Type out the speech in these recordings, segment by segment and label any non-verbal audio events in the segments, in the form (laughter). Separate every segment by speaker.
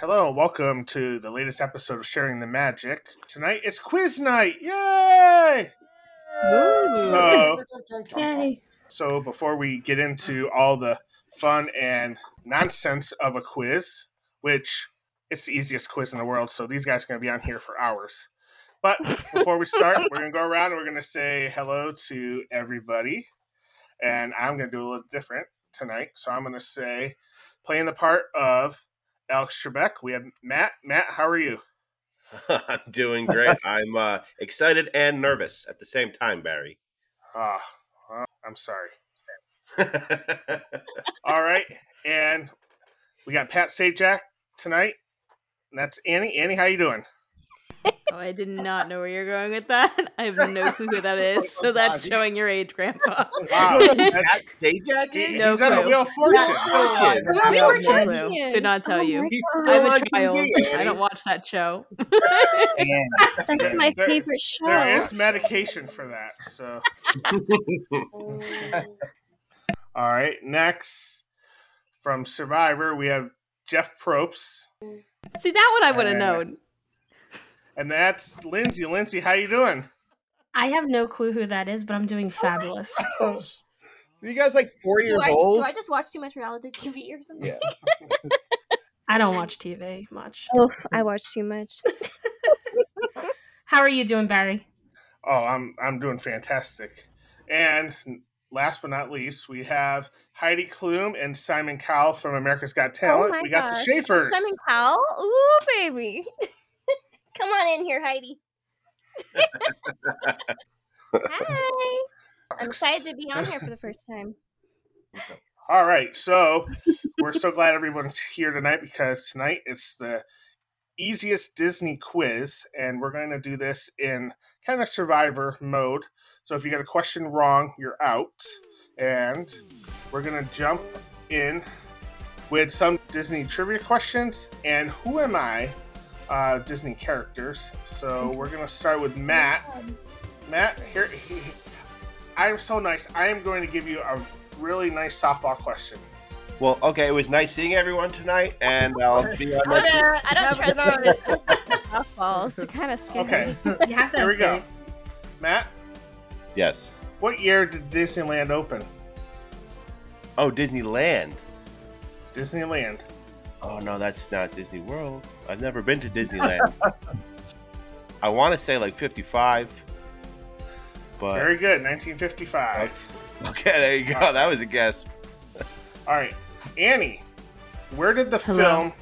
Speaker 1: Hello, welcome to the latest episode of Sharing the Magic. Tonight it's quiz night. Yay! Uh,
Speaker 2: Ooh.
Speaker 3: Yay.
Speaker 1: So before we get into all the fun and nonsense of a quiz, which it's the easiest quiz in the world, so these guys are going to be on here for hours. But before we start, we're going to go around and we're going to say hello to everybody. And I'm going to do a little different tonight. So I'm going to say, playing the part of Alex Trebek, we have Matt. Matt, how are you?
Speaker 2: I'm (laughs) doing great. I'm uh, excited and nervous at the same time, Barry. (laughs)
Speaker 1: Ah, well, I'm sorry.
Speaker 2: That's
Speaker 1: All right. And we got Pat Sajak tonight. And that's Annie. Annie, how you doing?
Speaker 4: Oh, I did not know where you're going with that. (laughs) I have no clue who
Speaker 1: (laughs)
Speaker 4: that is. So that's showing your age, Grandpa.
Speaker 2: (laughs)
Speaker 1: Wow. Oh, That's-
Speaker 2: day jacket?
Speaker 1: he's
Speaker 4: No
Speaker 1: on a
Speaker 4: clue.
Speaker 1: wheel of fortune.
Speaker 3: Oh,
Speaker 2: That's
Speaker 5: Oh, Well,
Speaker 4: I
Speaker 5: we
Speaker 4: have
Speaker 5: were
Speaker 4: no clue.
Speaker 5: judging.
Speaker 4: Could not tell
Speaker 5: Oh
Speaker 4: you.
Speaker 5: my
Speaker 2: He's
Speaker 5: God.
Speaker 2: still
Speaker 4: I'm a
Speaker 2: on
Speaker 4: child.
Speaker 2: TV,
Speaker 4: I don't
Speaker 2: Annie.
Speaker 4: watch that show.
Speaker 5: That's my
Speaker 1: There-
Speaker 5: favorite show.
Speaker 1: There is medication for that. So,
Speaker 5: Oh.
Speaker 1: all right. Next from Survivor, we have Jeff Probst,
Speaker 4: See, that one I would
Speaker 1: Yeah.
Speaker 4: have known.
Speaker 1: and that's Lindsay. Lindsay, how you doing?
Speaker 3: I have no clue who that is, but I'm doing fabulous.
Speaker 6: Are you guys like four
Speaker 5: do
Speaker 6: years
Speaker 5: I,
Speaker 6: old?
Speaker 5: Do I just watch too much reality TV or something? (laughs)
Speaker 6: Yeah.
Speaker 3: I don't watch TV much.
Speaker 5: Oh, I watch too much.
Speaker 3: How are you doing, Barry?
Speaker 1: Oh, I'm I'm doing fantastic. And last but not least, we have Heidi Klum and Simon Cowell from America's Got Talent.
Speaker 5: Oh my
Speaker 1: we got
Speaker 5: gosh.
Speaker 1: the Schaefers.
Speaker 5: Simon Cowell? Ooh, baby. (laughs) Come on in here, Heidi. Hi. I'm excited to be on here for the first time. (laughs)
Speaker 1: All right, so we're so glad everyone's here tonight because tonight it's the easiest Disney quiz, and we're going to do this in kind of survivor mode. So if you got a question wrong, you're out, and we're going to jump in with some Disney trivia questions and who am I uh, Disney characters. So we're going to start with Matt. Matt, here. I'm so nice. I am going to give you a really nice softball question.
Speaker 2: well, okay, it was nice seeing everyone tonight, and I'll be on
Speaker 5: I
Speaker 2: that.
Speaker 5: don't, I don't trust this (laughs) softball. It's kind of scary.
Speaker 1: Okay,
Speaker 3: (laughs) You have to
Speaker 1: here
Speaker 3: have
Speaker 1: we go.
Speaker 3: faith.
Speaker 1: Matt,
Speaker 2: Yes.
Speaker 1: what year did Disneyland open?
Speaker 2: Oh, Disneyland.
Speaker 1: Disneyland.
Speaker 2: Oh, no, that's not Disney World. I've never been to Disneyland. I want to say like 55,
Speaker 6: Uh,
Speaker 2: but.
Speaker 1: Very good, 1955.
Speaker 2: (laughs) Okay, there you go. That was a guess.
Speaker 1: All right, Annie, where did the
Speaker 4: Hello.
Speaker 1: film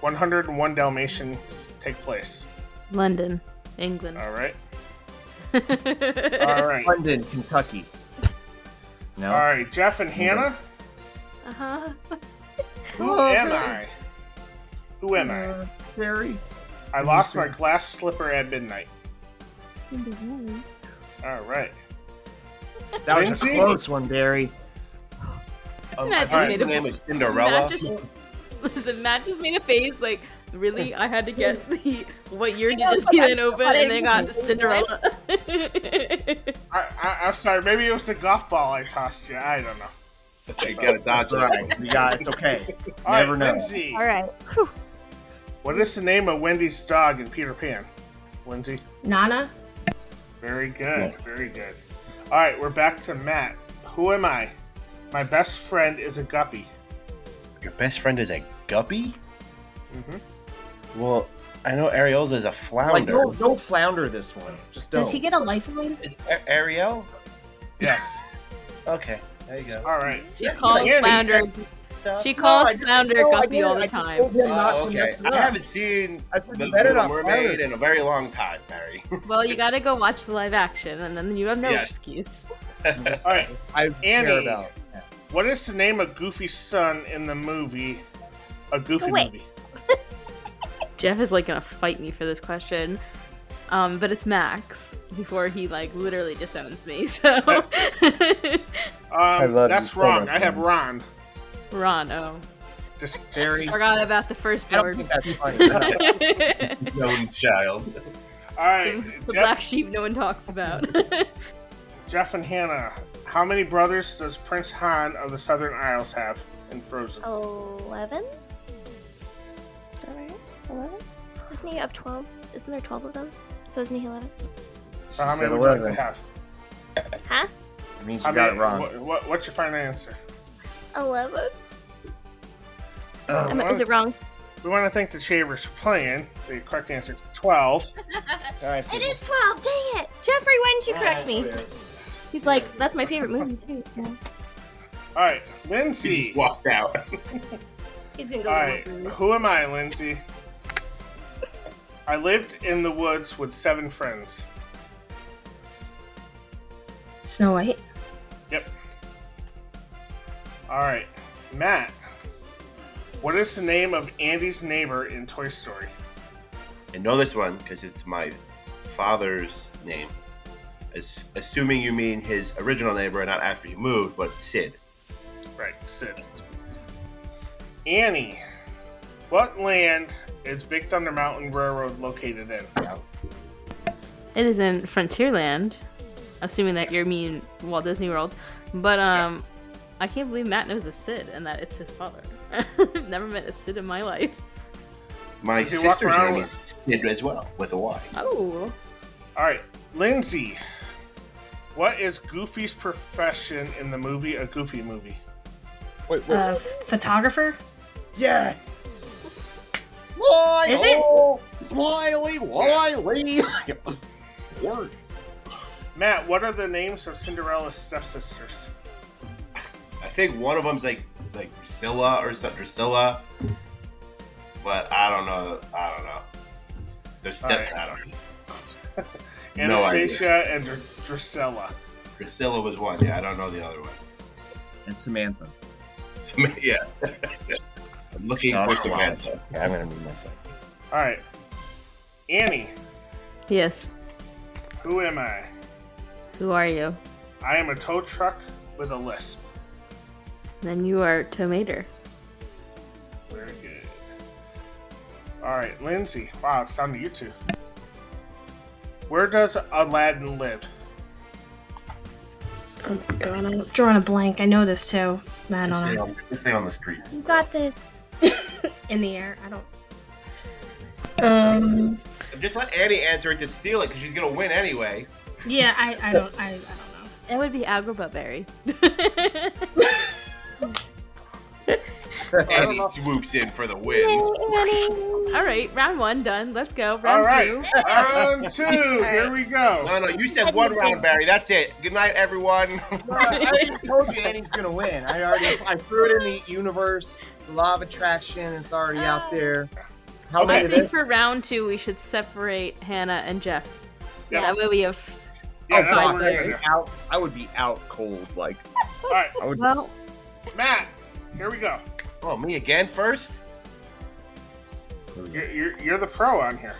Speaker 1: 101 Dalmatians take place?
Speaker 4: London, England.
Speaker 1: All
Speaker 3: (laughs)
Speaker 1: right,
Speaker 4: (laughs)
Speaker 1: all right, all
Speaker 6: London, Kentucky. No.
Speaker 1: right. Jeff and Hannah,
Speaker 4: uh-huh.
Speaker 1: who am I? Who am I?
Speaker 6: Barry.
Speaker 1: I lost my glass slipper at midnight.
Speaker 5: Mhm.
Speaker 1: All right.
Speaker 6: That was
Speaker 1: Lindsay?
Speaker 6: a close one, Barry.
Speaker 2: Um,
Speaker 4: Matt just
Speaker 2: I think
Speaker 1: made
Speaker 2: the
Speaker 1: a-
Speaker 2: name is
Speaker 4: Matt
Speaker 2: Cinderella.
Speaker 4: just, (laughs) listen, Matt just made a face like, really? I had to get the what year did
Speaker 5: Yeah,
Speaker 4: Disneyland open
Speaker 5: I
Speaker 4: and they got
Speaker 5: didn't-
Speaker 4: Cinderella.
Speaker 1: I, I, I'm sorry. Maybe it was the golf ball I tossed you. I don't know.
Speaker 2: You gotta dodge
Speaker 6: That's right. You got it's okay.
Speaker 1: (laughs) All right,
Speaker 6: Never know.
Speaker 1: Lindsay,
Speaker 5: All right.
Speaker 1: what is the name of Wendy's dog in Peter Pan? Lindsay,
Speaker 3: Nana?
Speaker 1: very good, very good. All right, we're back to Matt. Who am I? My best friend is a guppy.
Speaker 2: Your best friend is a guppy?
Speaker 1: hmm
Speaker 2: Well, I know Ariel's is a
Speaker 6: Like
Speaker 2: flounder.
Speaker 6: don't, don't flounder this one. Just don't.
Speaker 3: Does he get a lifeline?
Speaker 2: Is A- Ariel?
Speaker 6: (laughs)
Speaker 1: Yes.
Speaker 2: Okay, there you go.
Speaker 1: All right.
Speaker 4: (laughs) she
Speaker 2: That's
Speaker 4: calls
Speaker 2: not
Speaker 1: Andy.
Speaker 4: flounder.
Speaker 2: Stuff.
Speaker 4: She
Speaker 6: No,
Speaker 4: calls
Speaker 6: I just-
Speaker 4: flounder
Speaker 6: no, I
Speaker 4: guppy
Speaker 6: didn't.
Speaker 4: all
Speaker 6: I
Speaker 4: the
Speaker 6: just
Speaker 4: time.
Speaker 6: told him not
Speaker 2: Oh,
Speaker 6: to
Speaker 2: okay.
Speaker 6: mess it
Speaker 2: I
Speaker 6: up.
Speaker 2: haven't seen
Speaker 6: I
Speaker 2: the
Speaker 6: put the
Speaker 2: Little
Speaker 6: on
Speaker 2: Mermaid in a very long time, Barry.
Speaker 4: Well, you gotta go watch the live action, and then you have no
Speaker 2: Yes.
Speaker 4: excuse.
Speaker 6: Just-
Speaker 1: (laughs) All right.
Speaker 6: I
Speaker 1: Annie.
Speaker 6: care about.
Speaker 1: What is the name of Goofy's son in the movie? A Goofy
Speaker 5: Wait.
Speaker 1: movie.
Speaker 4: Jeff is like gonna fight me for this question, um, but it's Max before he like literally disowns me. (laughs) So, (laughs)
Speaker 1: Um, I
Speaker 6: love you
Speaker 1: that's
Speaker 6: so
Speaker 1: wrong.
Speaker 6: much,
Speaker 1: I have
Speaker 6: Annie.
Speaker 1: Ron.
Speaker 4: Ron, oh,
Speaker 1: Just
Speaker 6: Barry.
Speaker 4: forgot about the first
Speaker 6: I don't (laughs)
Speaker 4: power.
Speaker 6: think that's funny.
Speaker 4: the
Speaker 2: (laughs) Young child.
Speaker 1: All right. Jeff,
Speaker 4: black sheep no one talks about. (laughs)
Speaker 1: Jeff and Hannah. How many brothers does Prince Han of the
Speaker 5: Oh.
Speaker 1: Southern Isles have in Frozen?
Speaker 5: Eleven. All right. eleven? Isn't he of twelve? Isn't there twelve of them? So isn't he eleven?
Speaker 1: So (laughs) how
Speaker 6: She
Speaker 1: many
Speaker 6: said
Speaker 1: would you like to
Speaker 6: 11.
Speaker 1: have?
Speaker 5: Huh?
Speaker 6: It means you
Speaker 1: How
Speaker 6: got
Speaker 1: many-
Speaker 6: it wrong.
Speaker 1: What, what, what's your final answer?
Speaker 5: Eleven?
Speaker 1: Uh,
Speaker 5: Am I-
Speaker 1: one-
Speaker 5: Um, is it wrong?
Speaker 1: we want to thank the Shavers for playing. The correct answer is 12.
Speaker 6: All right, so
Speaker 5: It is twelve. Dang it, Jeffrey. Why didn't you correct me? He's like, that's my favorite movie too. Yeah.
Speaker 1: All right,
Speaker 7: She
Speaker 1: Lindsay.
Speaker 7: just
Speaker 2: (laughs)
Speaker 7: walked out.
Speaker 5: He's gonna go.
Speaker 1: All right,
Speaker 5: with one.
Speaker 1: who am I, Lindsay? I lived in the woods with seven friends.
Speaker 3: Snow White.
Speaker 1: All right, Matt. What is the name of Andy's neighbor in Toy Story?
Speaker 2: And know this one because it's my father's name. As- assuming you mean his original neighbor and not after he moved, but Sid.
Speaker 1: Right, Sid. Annie. What land is Big Thunder Mountain Railroad located in?
Speaker 4: It is in Frontierland, assuming that you mean Walt Disney World. But um,
Speaker 1: Yes.
Speaker 4: I can't believe Matt knows a Sid and that it's his father. (laughs) Never met a Sid in my life.
Speaker 2: My
Speaker 1: Does he walk
Speaker 2: sister's
Speaker 1: around
Speaker 2: name is
Speaker 1: with-
Speaker 2: Sid as well, with a Y.
Speaker 4: Oh,
Speaker 1: All right, Lindsay. What is Goofy's profession in the movie A Goofy Movie?
Speaker 6: Wait, wait.
Speaker 3: Uh, photographer.
Speaker 6: yes. Smiley,
Speaker 3: Is it?
Speaker 6: oh, Smiley, Wiley. Word.
Speaker 1: Matt, what are the names of Cinderella's stepsisters?
Speaker 2: I think one of them's like like Drusilla or something, Drusilla. But I don't know. I don't know. Their step.
Speaker 1: Alright.
Speaker 2: I don't know. No
Speaker 1: Anastasia and Dr- Drusilla.
Speaker 2: Drusilla was one. Yeah, I don't know the other one. (laughs)
Speaker 6: And Samantha.
Speaker 2: So, yeah. (laughs) I'm looking for Samantha.
Speaker 7: Yeah, I'm gonna
Speaker 6: (laughs)
Speaker 7: move myself.
Speaker 1: All right, Annie.
Speaker 4: yes.
Speaker 1: Who am I?
Speaker 4: Who are you?
Speaker 1: I am a tow truck with a lisp.
Speaker 4: Then you are Tomater.
Speaker 1: Very good. All right, Lindsay. Wow, it's down to you two. Where does Aladdin live?
Speaker 3: Oh god, I'm drawing a blank. I know this too. Man,
Speaker 2: Just
Speaker 3: on
Speaker 2: say on- just say on the streets.
Speaker 5: You got this.
Speaker 3: in the air. I don't. Um.
Speaker 2: Just let Annie answer it to steal it because she's gonna win anyway.
Speaker 3: Yeah, I, I don't. I, I don't know.
Speaker 4: It would be Agrabah Berry.
Speaker 2: Annie swoops in for the
Speaker 5: Yay,
Speaker 2: win.
Speaker 5: Annie.
Speaker 4: (laughs) All right, round one done. Let's go. Round
Speaker 1: All right,
Speaker 4: two.
Speaker 1: round two. Here we go.
Speaker 2: No, no, you said one round, Barry. That's it. Good night, everyone. (laughs)
Speaker 6: I already told you Annie's gonna win. I already I threw it in the universe, the law of attraction. It's already out there. How
Speaker 1: Okay.
Speaker 4: I
Speaker 6: many did
Speaker 4: think
Speaker 6: it?
Speaker 4: for round two we should separate Hannah and Jeff.
Speaker 1: Yeah.
Speaker 4: That way we have.
Speaker 1: Yeah,
Speaker 6: oh,
Speaker 1: that's what
Speaker 6: God,
Speaker 1: we're
Speaker 6: I
Speaker 1: gonna
Speaker 6: would
Speaker 1: do.
Speaker 6: be out. I would be out cold. Like
Speaker 1: All right,
Speaker 6: I would.
Speaker 4: Well,
Speaker 1: Matt. Here we go.
Speaker 2: Oh, me again first?
Speaker 1: You're, you're, you're the pro on here.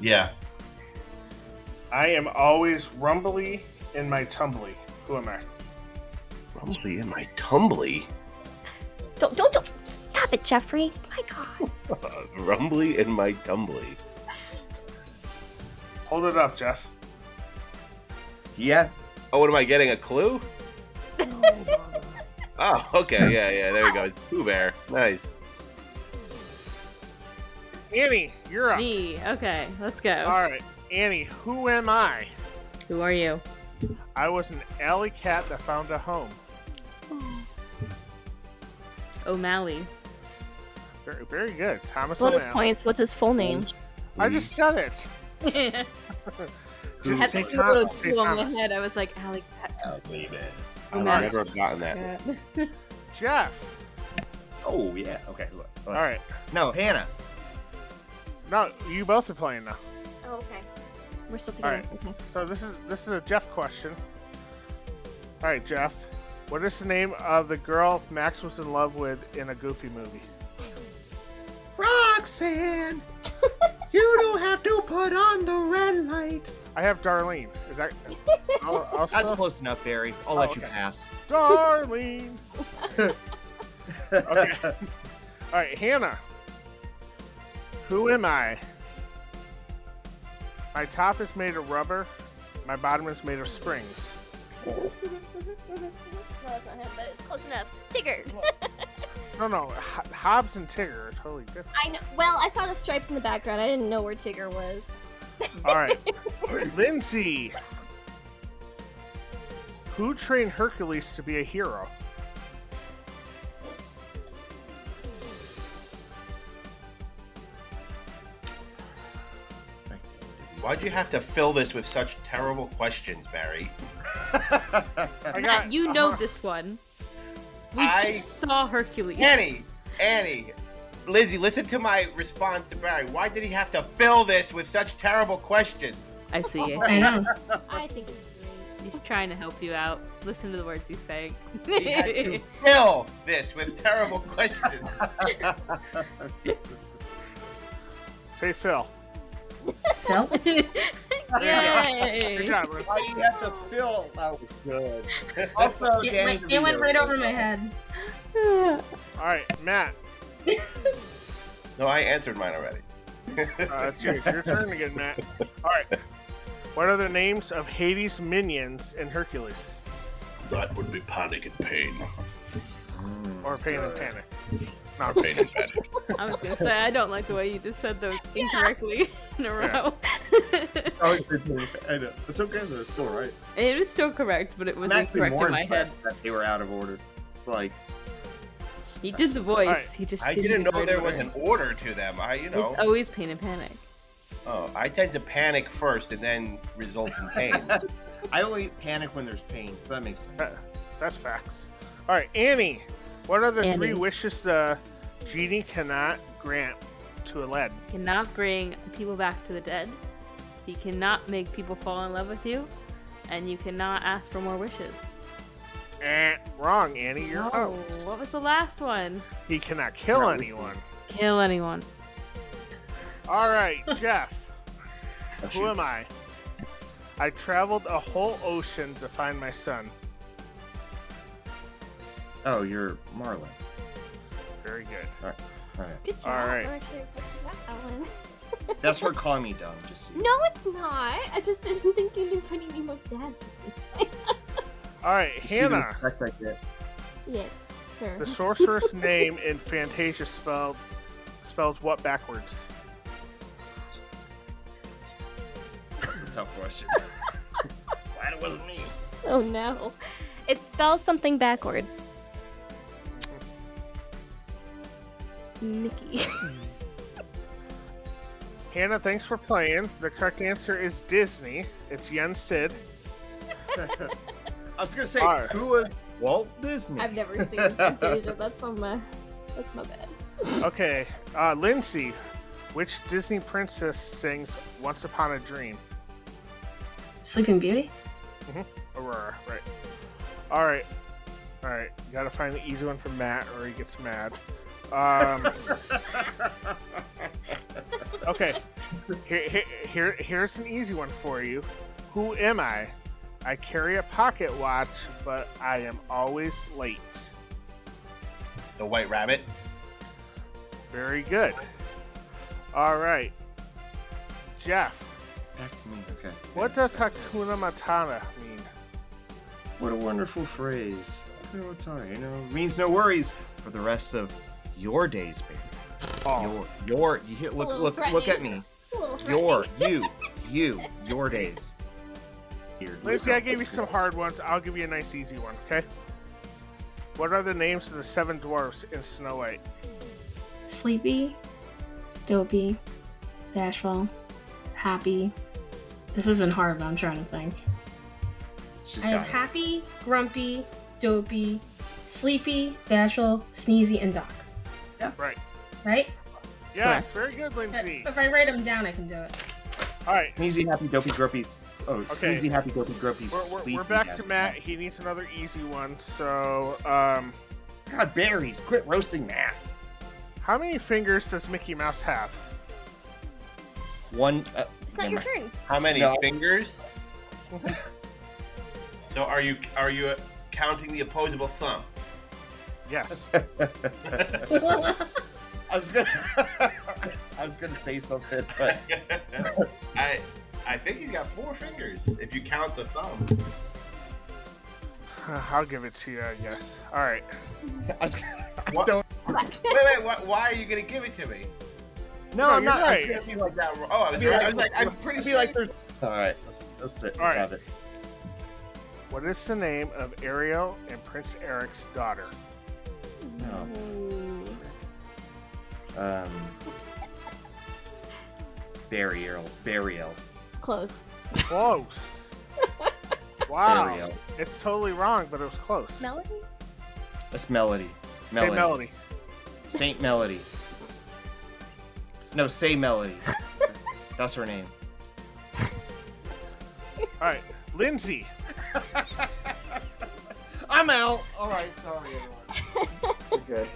Speaker 2: Yeah.
Speaker 1: I am always rumbly in my tumbly. Who am I?
Speaker 2: Rumbly in my tumbly. (laughs)
Speaker 5: Don't, don't, don't. Stop it, Jeffrey. My God.
Speaker 2: rumbly in my tumbly.
Speaker 1: Hold it up, Jeff.
Speaker 6: Yeah.
Speaker 2: Oh, what am I getting?
Speaker 8: (laughs)
Speaker 2: A clue? Oh, okay. Yeah, yeah. There we go. Pooh Bear. Nice.
Speaker 1: Annie, you're up.
Speaker 4: me. Okay, let's go.
Speaker 1: All right, Annie. Who am I?
Speaker 4: Who are you?
Speaker 1: I was an alley cat that found a home.
Speaker 4: O'Malley.
Speaker 1: Very, very good, Thomas.
Speaker 5: Bonus
Speaker 1: O'Malley.
Speaker 5: points. What's his full name?
Speaker 1: I just said it.
Speaker 4: I had
Speaker 1: Say
Speaker 4: that little
Speaker 1: Thomas. Say
Speaker 4: clue on
Speaker 1: Thomas.
Speaker 4: my head. I was like, Alec.
Speaker 7: Oh, leave it.
Speaker 2: I've
Speaker 4: Nice.
Speaker 2: never gotten that.
Speaker 4: Cat.
Speaker 1: Jeff.
Speaker 6: Oh yeah. Okay. Look.
Speaker 1: All right.
Speaker 6: No, Hannah.
Speaker 1: No, you both are playing now.
Speaker 5: Oh, okay. We're still
Speaker 1: All
Speaker 5: together.
Speaker 1: right. So this is this is a Jeff question. All right, Jeff. What is the name of the girl Max was in love with in a Goofy movie?
Speaker 6: Roxanne, you don't have to put on the red light.
Speaker 1: I have Darlene. Is that? I'll, I'll
Speaker 6: That's
Speaker 1: still-
Speaker 6: close enough, Barry. I'll
Speaker 1: Oh,
Speaker 6: let you
Speaker 1: okay.
Speaker 6: pass.
Speaker 1: Darlene. Okay. All right, Hannah. Who am I? My top is made of rubber. My bottom is made of springs.
Speaker 5: no, that's not him, but it's close enough. Tigger.
Speaker 1: No, no. H- Hobbs and Tigger are totally different.
Speaker 5: I know. Well, I saw the stripes in the background. I didn't know where Tigger was.
Speaker 1: All right. Lindsay. Who trained Hercules to be a hero?
Speaker 2: Why'd you have to fill this with such terrible questions, Barry?
Speaker 1: I
Speaker 4: Matt, you know
Speaker 1: uh,
Speaker 4: this one. We
Speaker 2: I-
Speaker 4: just saw Hercules.
Speaker 2: Annie, Annie, Lizzie, listen to my response to Barry. Why did he have to fill this with such terrible questions?
Speaker 4: I see.
Speaker 3: (laughs)
Speaker 4: I
Speaker 3: I know.
Speaker 5: I think it's great.
Speaker 4: see. He's trying to help you out. Listen to the words he's saying.
Speaker 2: He
Speaker 4: (laughs)
Speaker 2: had to fill this with terrible questions.
Speaker 1: Say Phil.
Speaker 3: Phil?
Speaker 1: Good
Speaker 4: Yay!
Speaker 1: job, Lindsay.
Speaker 6: Why do you have to fill? That was good.
Speaker 7: (laughs)
Speaker 6: Also,
Speaker 3: It,
Speaker 6: Danny
Speaker 3: went- it went
Speaker 6: DeVito.
Speaker 3: right over my head.
Speaker 1: All right, Matt.
Speaker 2: No, I answered mine already.
Speaker 1: Uh, it's your, your turn again, Matt. All right. What are the names of Hades' minions in Hercules?
Speaker 8: That would be panic and
Speaker 2: (laughs)
Speaker 8: pain.
Speaker 1: Or Pain
Speaker 4: Uh,
Speaker 1: and
Speaker 4: (laughs)
Speaker 1: Panic? No, I'm
Speaker 8: Pain
Speaker 1: kidding.
Speaker 8: and panic.
Speaker 4: (laughs) I was gonna say I don't like the way you just said those incorrectly (laughs) in a row.
Speaker 7: Oh, it's, it's- I know. It's okay, though. It's still right.
Speaker 4: it is still correct, but it was
Speaker 7: I'm actually
Speaker 4: incorrect
Speaker 7: more
Speaker 4: in my head.
Speaker 7: impressed That they were out of order. It's like.
Speaker 4: He did the voice.
Speaker 1: Alright.
Speaker 4: He just
Speaker 2: I
Speaker 4: didn't
Speaker 2: didn't
Speaker 4: do
Speaker 2: know
Speaker 4: it
Speaker 2: there
Speaker 4: right.
Speaker 2: was an order to them. I, you know,
Speaker 4: It's always pain and panic.
Speaker 2: oh, I tend to panic first, and then results
Speaker 6: (laughs)
Speaker 2: in pain.
Speaker 6: I only panic when there's pain. So that makes sense.
Speaker 1: That's facts. All right, Annie. What are the three
Speaker 4: Annie.
Speaker 1: wishes the genie cannot grant to Aladdin?
Speaker 4: He cannot bring people back to the dead. He cannot make people fall in love with you, and you cannot ask for more wishes.
Speaker 1: Eh, wrong, Annie. You're
Speaker 4: no.
Speaker 1: wrong.
Speaker 4: What was the last one?
Speaker 1: He cannot kill anyone.
Speaker 4: Kill anyone.
Speaker 1: All right, Jeff.
Speaker 7: Oh,
Speaker 1: Who
Speaker 7: shoot.
Speaker 1: am I? I traveled a whole ocean to find my son.
Speaker 7: oh, you're Marlin.
Speaker 1: Very good.
Speaker 7: All right.
Speaker 5: Good job.
Speaker 1: All right.
Speaker 5: I'm actually impressed with that one.
Speaker 6: That's for calling me dumb. Just so you
Speaker 5: (laughs) No, it's not. I just didn't think you knew Finding Nemo's dad's name.
Speaker 1: All right,
Speaker 7: You see the
Speaker 1: Hannah.
Speaker 7: respect I get?
Speaker 5: Yes, sir.
Speaker 1: The sorceress name in Fantasia spelled spells what backwards?
Speaker 7: That's a tough question. Glad it wasn't me.
Speaker 5: (laughs) Oh no. It spells something backwards. Mickey.
Speaker 1: Hannah, thanks for playing. The correct answer is Disney. It's Yen Sid.
Speaker 6: I was gonna say,
Speaker 1: Alright.
Speaker 6: who was Walt Disney?
Speaker 5: (laughs) I've
Speaker 7: (laughs)
Speaker 5: never seen Fantasia. That's on my. That's my bad.
Speaker 1: Okay, uh, Lindsay, which Disney princess sings Once Upon a Dream?
Speaker 3: Sleeping Beauty?
Speaker 1: Aurora, right. All right, all right. Gotta find the easy one for Matt, or he gets mad. Um, okay, here, here, here, here's an easy one for you. Who am I? I carry a pocket watch, but I am always late.
Speaker 2: the White Rabbit.
Speaker 1: Very good. All right, Jeff.
Speaker 7: Back to me. Okay.
Speaker 1: What does Hakuna Matata mean?
Speaker 7: What a wonderful phrase. You know, what time, you know, means no worries for the rest of your days, baby.
Speaker 1: Oh,
Speaker 7: Your, your, you hear, look,
Speaker 5: little
Speaker 7: look, look at me.
Speaker 5: threatening. It's a little threatening.
Speaker 7: Your, (laughs) you, you, your days. Here, let's
Speaker 1: Lindsay,
Speaker 7: go,
Speaker 1: I gave you
Speaker 7: let's
Speaker 1: some
Speaker 7: go.
Speaker 1: hard ones. I'll give you a nice easy one, okay? What are the names of the seven dwarfs in Snow White?
Speaker 3: Sleepy, Dopey, Bashful, Happy. This isn't hard, but I'm trying to think.
Speaker 7: She's
Speaker 3: I have
Speaker 7: got it.
Speaker 3: Happy, Grumpy, Dopey, Sleepy, Bashful, Sneezy, and Doc.
Speaker 1: Right.
Speaker 3: Right?
Speaker 1: Yes, very good,
Speaker 3: But (laughs)
Speaker 1: Lindsay.
Speaker 3: if I write them down, I can do it.
Speaker 1: All right,
Speaker 7: Sneezy, happy, dopey, grumpy. Oh,
Speaker 1: Okay.
Speaker 7: sneezy, happy, dopey, grumpy.
Speaker 1: we're, we're, we're
Speaker 7: sleepy,
Speaker 1: back
Speaker 7: happy.
Speaker 1: to Matt. He needs another easy one. So, um,
Speaker 7: God, berries. Quit roasting Matt.
Speaker 1: how many fingers does Mickey Mouse have?
Speaker 7: One. Uh,
Speaker 5: It's not your turn.
Speaker 2: How many
Speaker 7: No.
Speaker 2: fingers? so are you are you counting the opposable thumb?
Speaker 6: (laughs)
Speaker 1: Yes. Uh,
Speaker 7: I was gonna. (laughs) I was gonna say something, but
Speaker 2: (laughs) I I think he's got four fingers if you count the thumb.
Speaker 1: I'll give it to you, I guess. All right.
Speaker 7: I was gonna.
Speaker 2: What?
Speaker 7: I don't.
Speaker 5: fuck.
Speaker 2: Wait, wait, why, why are you gonna give it to me?
Speaker 6: No,
Speaker 1: No,
Speaker 6: I'm
Speaker 1: you're
Speaker 6: not.
Speaker 1: right.
Speaker 6: I can't be like,
Speaker 2: Like that. Oh, I was,
Speaker 6: be
Speaker 2: right.
Speaker 6: like,
Speaker 2: I was like, I'm pretty
Speaker 6: I'd be
Speaker 2: sure.
Speaker 6: like, there's.
Speaker 7: All right, let's let's, sit, let's
Speaker 1: All right.
Speaker 7: have it.
Speaker 1: What is the name of Ariel and Prince Eric's daughter?
Speaker 7: (laughs) No. Um. Burial. Burial.
Speaker 5: Close.
Speaker 1: Close.
Speaker 6: (laughs)
Speaker 1: wow.
Speaker 7: Burial.
Speaker 1: It's totally wrong, but it was close.
Speaker 5: Melody?
Speaker 7: That's Melody.
Speaker 1: Say
Speaker 7: Melody.
Speaker 1: Melody.
Speaker 7: Saint Melody. No, say Melody. That's her name.
Speaker 1: All right. Lindsay.
Speaker 6: I'm out. All right, sorry, everyone. okay.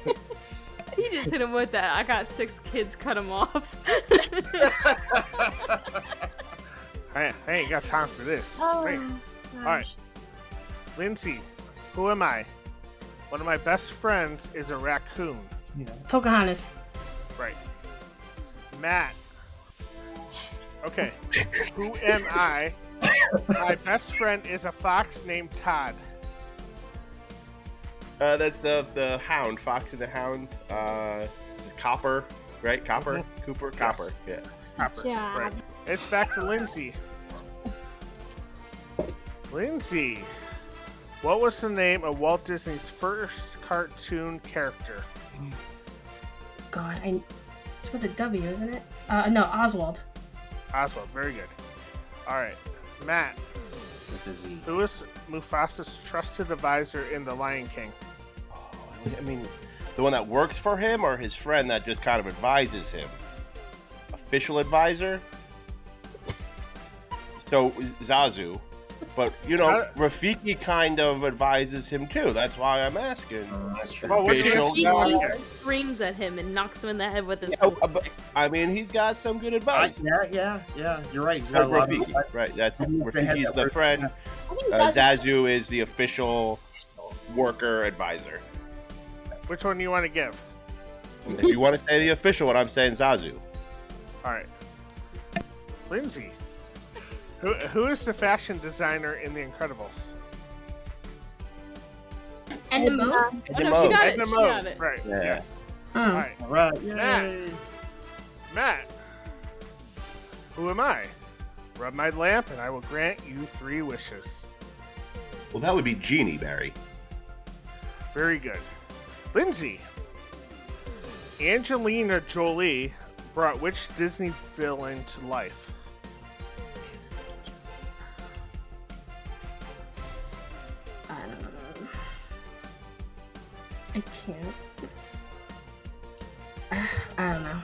Speaker 4: He just hit him with that. I got six kids, cut him off.
Speaker 1: I, I ain't got time for this.
Speaker 5: Oh.
Speaker 1: Great. right. Lindsay, who am I? One of my best friends is a raccoon.
Speaker 3: Pocahontas.
Speaker 1: Right. Matt. Okay. who am I? My best friend is a fox named Todd.
Speaker 2: uh, that's the the Hound, Fox and the Hound. Uh, Copper, right? Copper,
Speaker 6: Mm-hmm.
Speaker 2: Cooper, Copper. Yeah.
Speaker 1: Copper.
Speaker 5: job.
Speaker 1: Right. It's back to Lindsay. Lindsay, what was the name of Walt Disney's first cartoon character?
Speaker 3: God, I. It's with a W, isn't it? Uh, no, Oswald.
Speaker 1: Oswald. Very good. All right, Matt.
Speaker 7: With a Z.
Speaker 1: Who is Mufasa's trusted advisor in The Lion King?
Speaker 2: I mean, the one that works for him or his friend that just kind of advises him? Official advisor? So, Zazu. But, you know,
Speaker 1: Uh,
Speaker 2: Rafiki kind of advises him too. That's why I'm asking.
Speaker 7: that's true.
Speaker 1: Well, what's
Speaker 2: Big
Speaker 1: your
Speaker 2: shoulder.
Speaker 4: he
Speaker 1: no,
Speaker 4: just screams at him and knocks him in the head with his.
Speaker 2: Yeah, uh, but, I mean, he's got some good
Speaker 7: I-
Speaker 2: advice.
Speaker 7: yeah, yeah, yeah. You're right. He's got
Speaker 2: Like
Speaker 7: a lot of.
Speaker 2: Rafiki, right? That's
Speaker 7: I think they had
Speaker 2: Rafiki's
Speaker 7: that
Speaker 2: the
Speaker 7: first-
Speaker 2: friend.
Speaker 5: I think
Speaker 2: Uh,
Speaker 5: that's
Speaker 2: Zazu is the official worker advisor.
Speaker 1: Which one do you want to give?
Speaker 2: If you want to say the official one, I'm saying Zazu.
Speaker 1: All right, Lindsay. Who, who is the fashion designer in The Incredibles?
Speaker 3: And the moon?
Speaker 4: Oh, no, she got it.
Speaker 1: Edna
Speaker 4: She
Speaker 1: Mode,
Speaker 4: got it.
Speaker 1: Right.
Speaker 2: Yeah.
Speaker 1: Yes. All
Speaker 3: Oh,
Speaker 1: right,
Speaker 7: All right.
Speaker 1: Matt. Matt. Who am I? Rub my lamp, and I will grant you three wishes.
Speaker 2: Well, that would be Genie, Barry.
Speaker 1: Very good. Lindsay. Angelina Jolie brought which Disney villain to life?
Speaker 3: I don't know. I can't. (sighs) I don't know.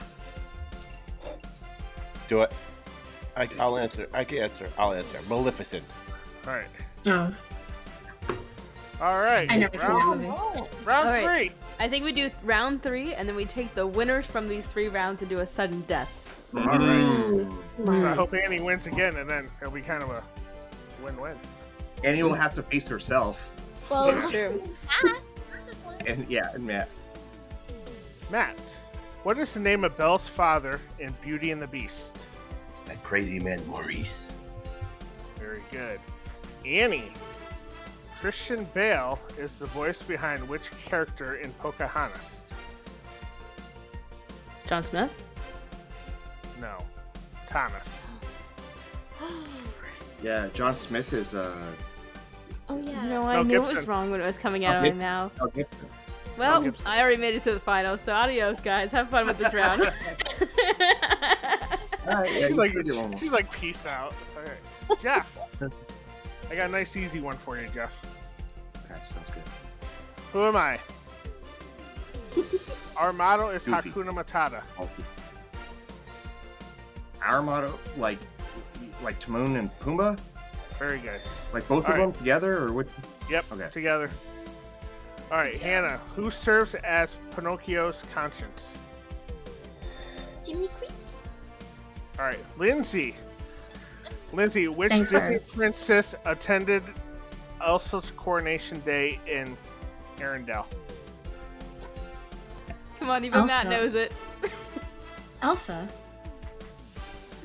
Speaker 2: Do it. I, I'll answer. I can answer. I'll answer. Maleficent.
Speaker 1: All right.
Speaker 3: No,
Speaker 1: All right.
Speaker 3: I never seen that
Speaker 1: round,
Speaker 3: movie.
Speaker 1: round
Speaker 4: All right.
Speaker 1: three.
Speaker 4: I think we do round three, and then we take the winners from these three rounds and do a sudden death.
Speaker 7: Mm-hmm.
Speaker 1: All right. So I
Speaker 3: Wow.
Speaker 1: hope Annie wins again, and then it'll be kind of a win-win.
Speaker 7: Annie will have to face herself.
Speaker 5: well,
Speaker 7: (laughs)
Speaker 4: (laughs) It's true.
Speaker 5: Matt. Ah, Just one.
Speaker 7: And yeah, and Matt.
Speaker 1: Matt, what is the name of Belle's father in Beauty and the Beast?
Speaker 2: That crazy man, Maurice.
Speaker 1: Very good. Annie, Christian Bale is the voice behind which character in Pocahontas?
Speaker 4: John Smith.
Speaker 1: No, Thomas.
Speaker 7: Yeah, John Smith is uh.
Speaker 5: (gasps) Oh yeah.
Speaker 4: No, I
Speaker 1: Mel
Speaker 4: knew it was
Speaker 1: Gibson.
Speaker 4: wrong when it was coming out of my
Speaker 7: Okay.
Speaker 4: mouth.
Speaker 7: Mel Gibson.
Speaker 1: Mel
Speaker 4: Well,
Speaker 1: Gibson.
Speaker 4: I already made it to the finals, so adios, guys. Have fun with
Speaker 7: (laughs)
Speaker 4: this round. (laughs)
Speaker 7: All right, yeah,
Speaker 1: She's
Speaker 7: you
Speaker 1: like,
Speaker 7: can do one more.
Speaker 1: she's like, peace out. All right.
Speaker 7: (laughs)
Speaker 1: Jeff, I got a nice easy one for you, Jeff.
Speaker 7: Okay, sounds good.
Speaker 1: Who am
Speaker 7: (laughs)
Speaker 1: I? Our motto is
Speaker 7: Goofy.
Speaker 1: Hakuna Matata.
Speaker 7: Healthy. Our motto, like, like Timon and Pumbaa,
Speaker 1: Very good.
Speaker 7: like both
Speaker 1: All
Speaker 7: of
Speaker 1: right.
Speaker 7: them together, or what?
Speaker 1: Yep.
Speaker 7: Okay.
Speaker 1: Together. All right, Hannah. Who serves as Pinocchio's conscience?
Speaker 5: Jimmy (laughs) Creek.
Speaker 1: All right, Lindsay. Lindsay, which
Speaker 3: Thanks,
Speaker 1: Disney
Speaker 3: Barry.
Speaker 1: princess attended Elsa's coronation day in Arendelle?
Speaker 4: Come on, even Matt
Speaker 3: Also-
Speaker 4: knows it.
Speaker 3: Elsa.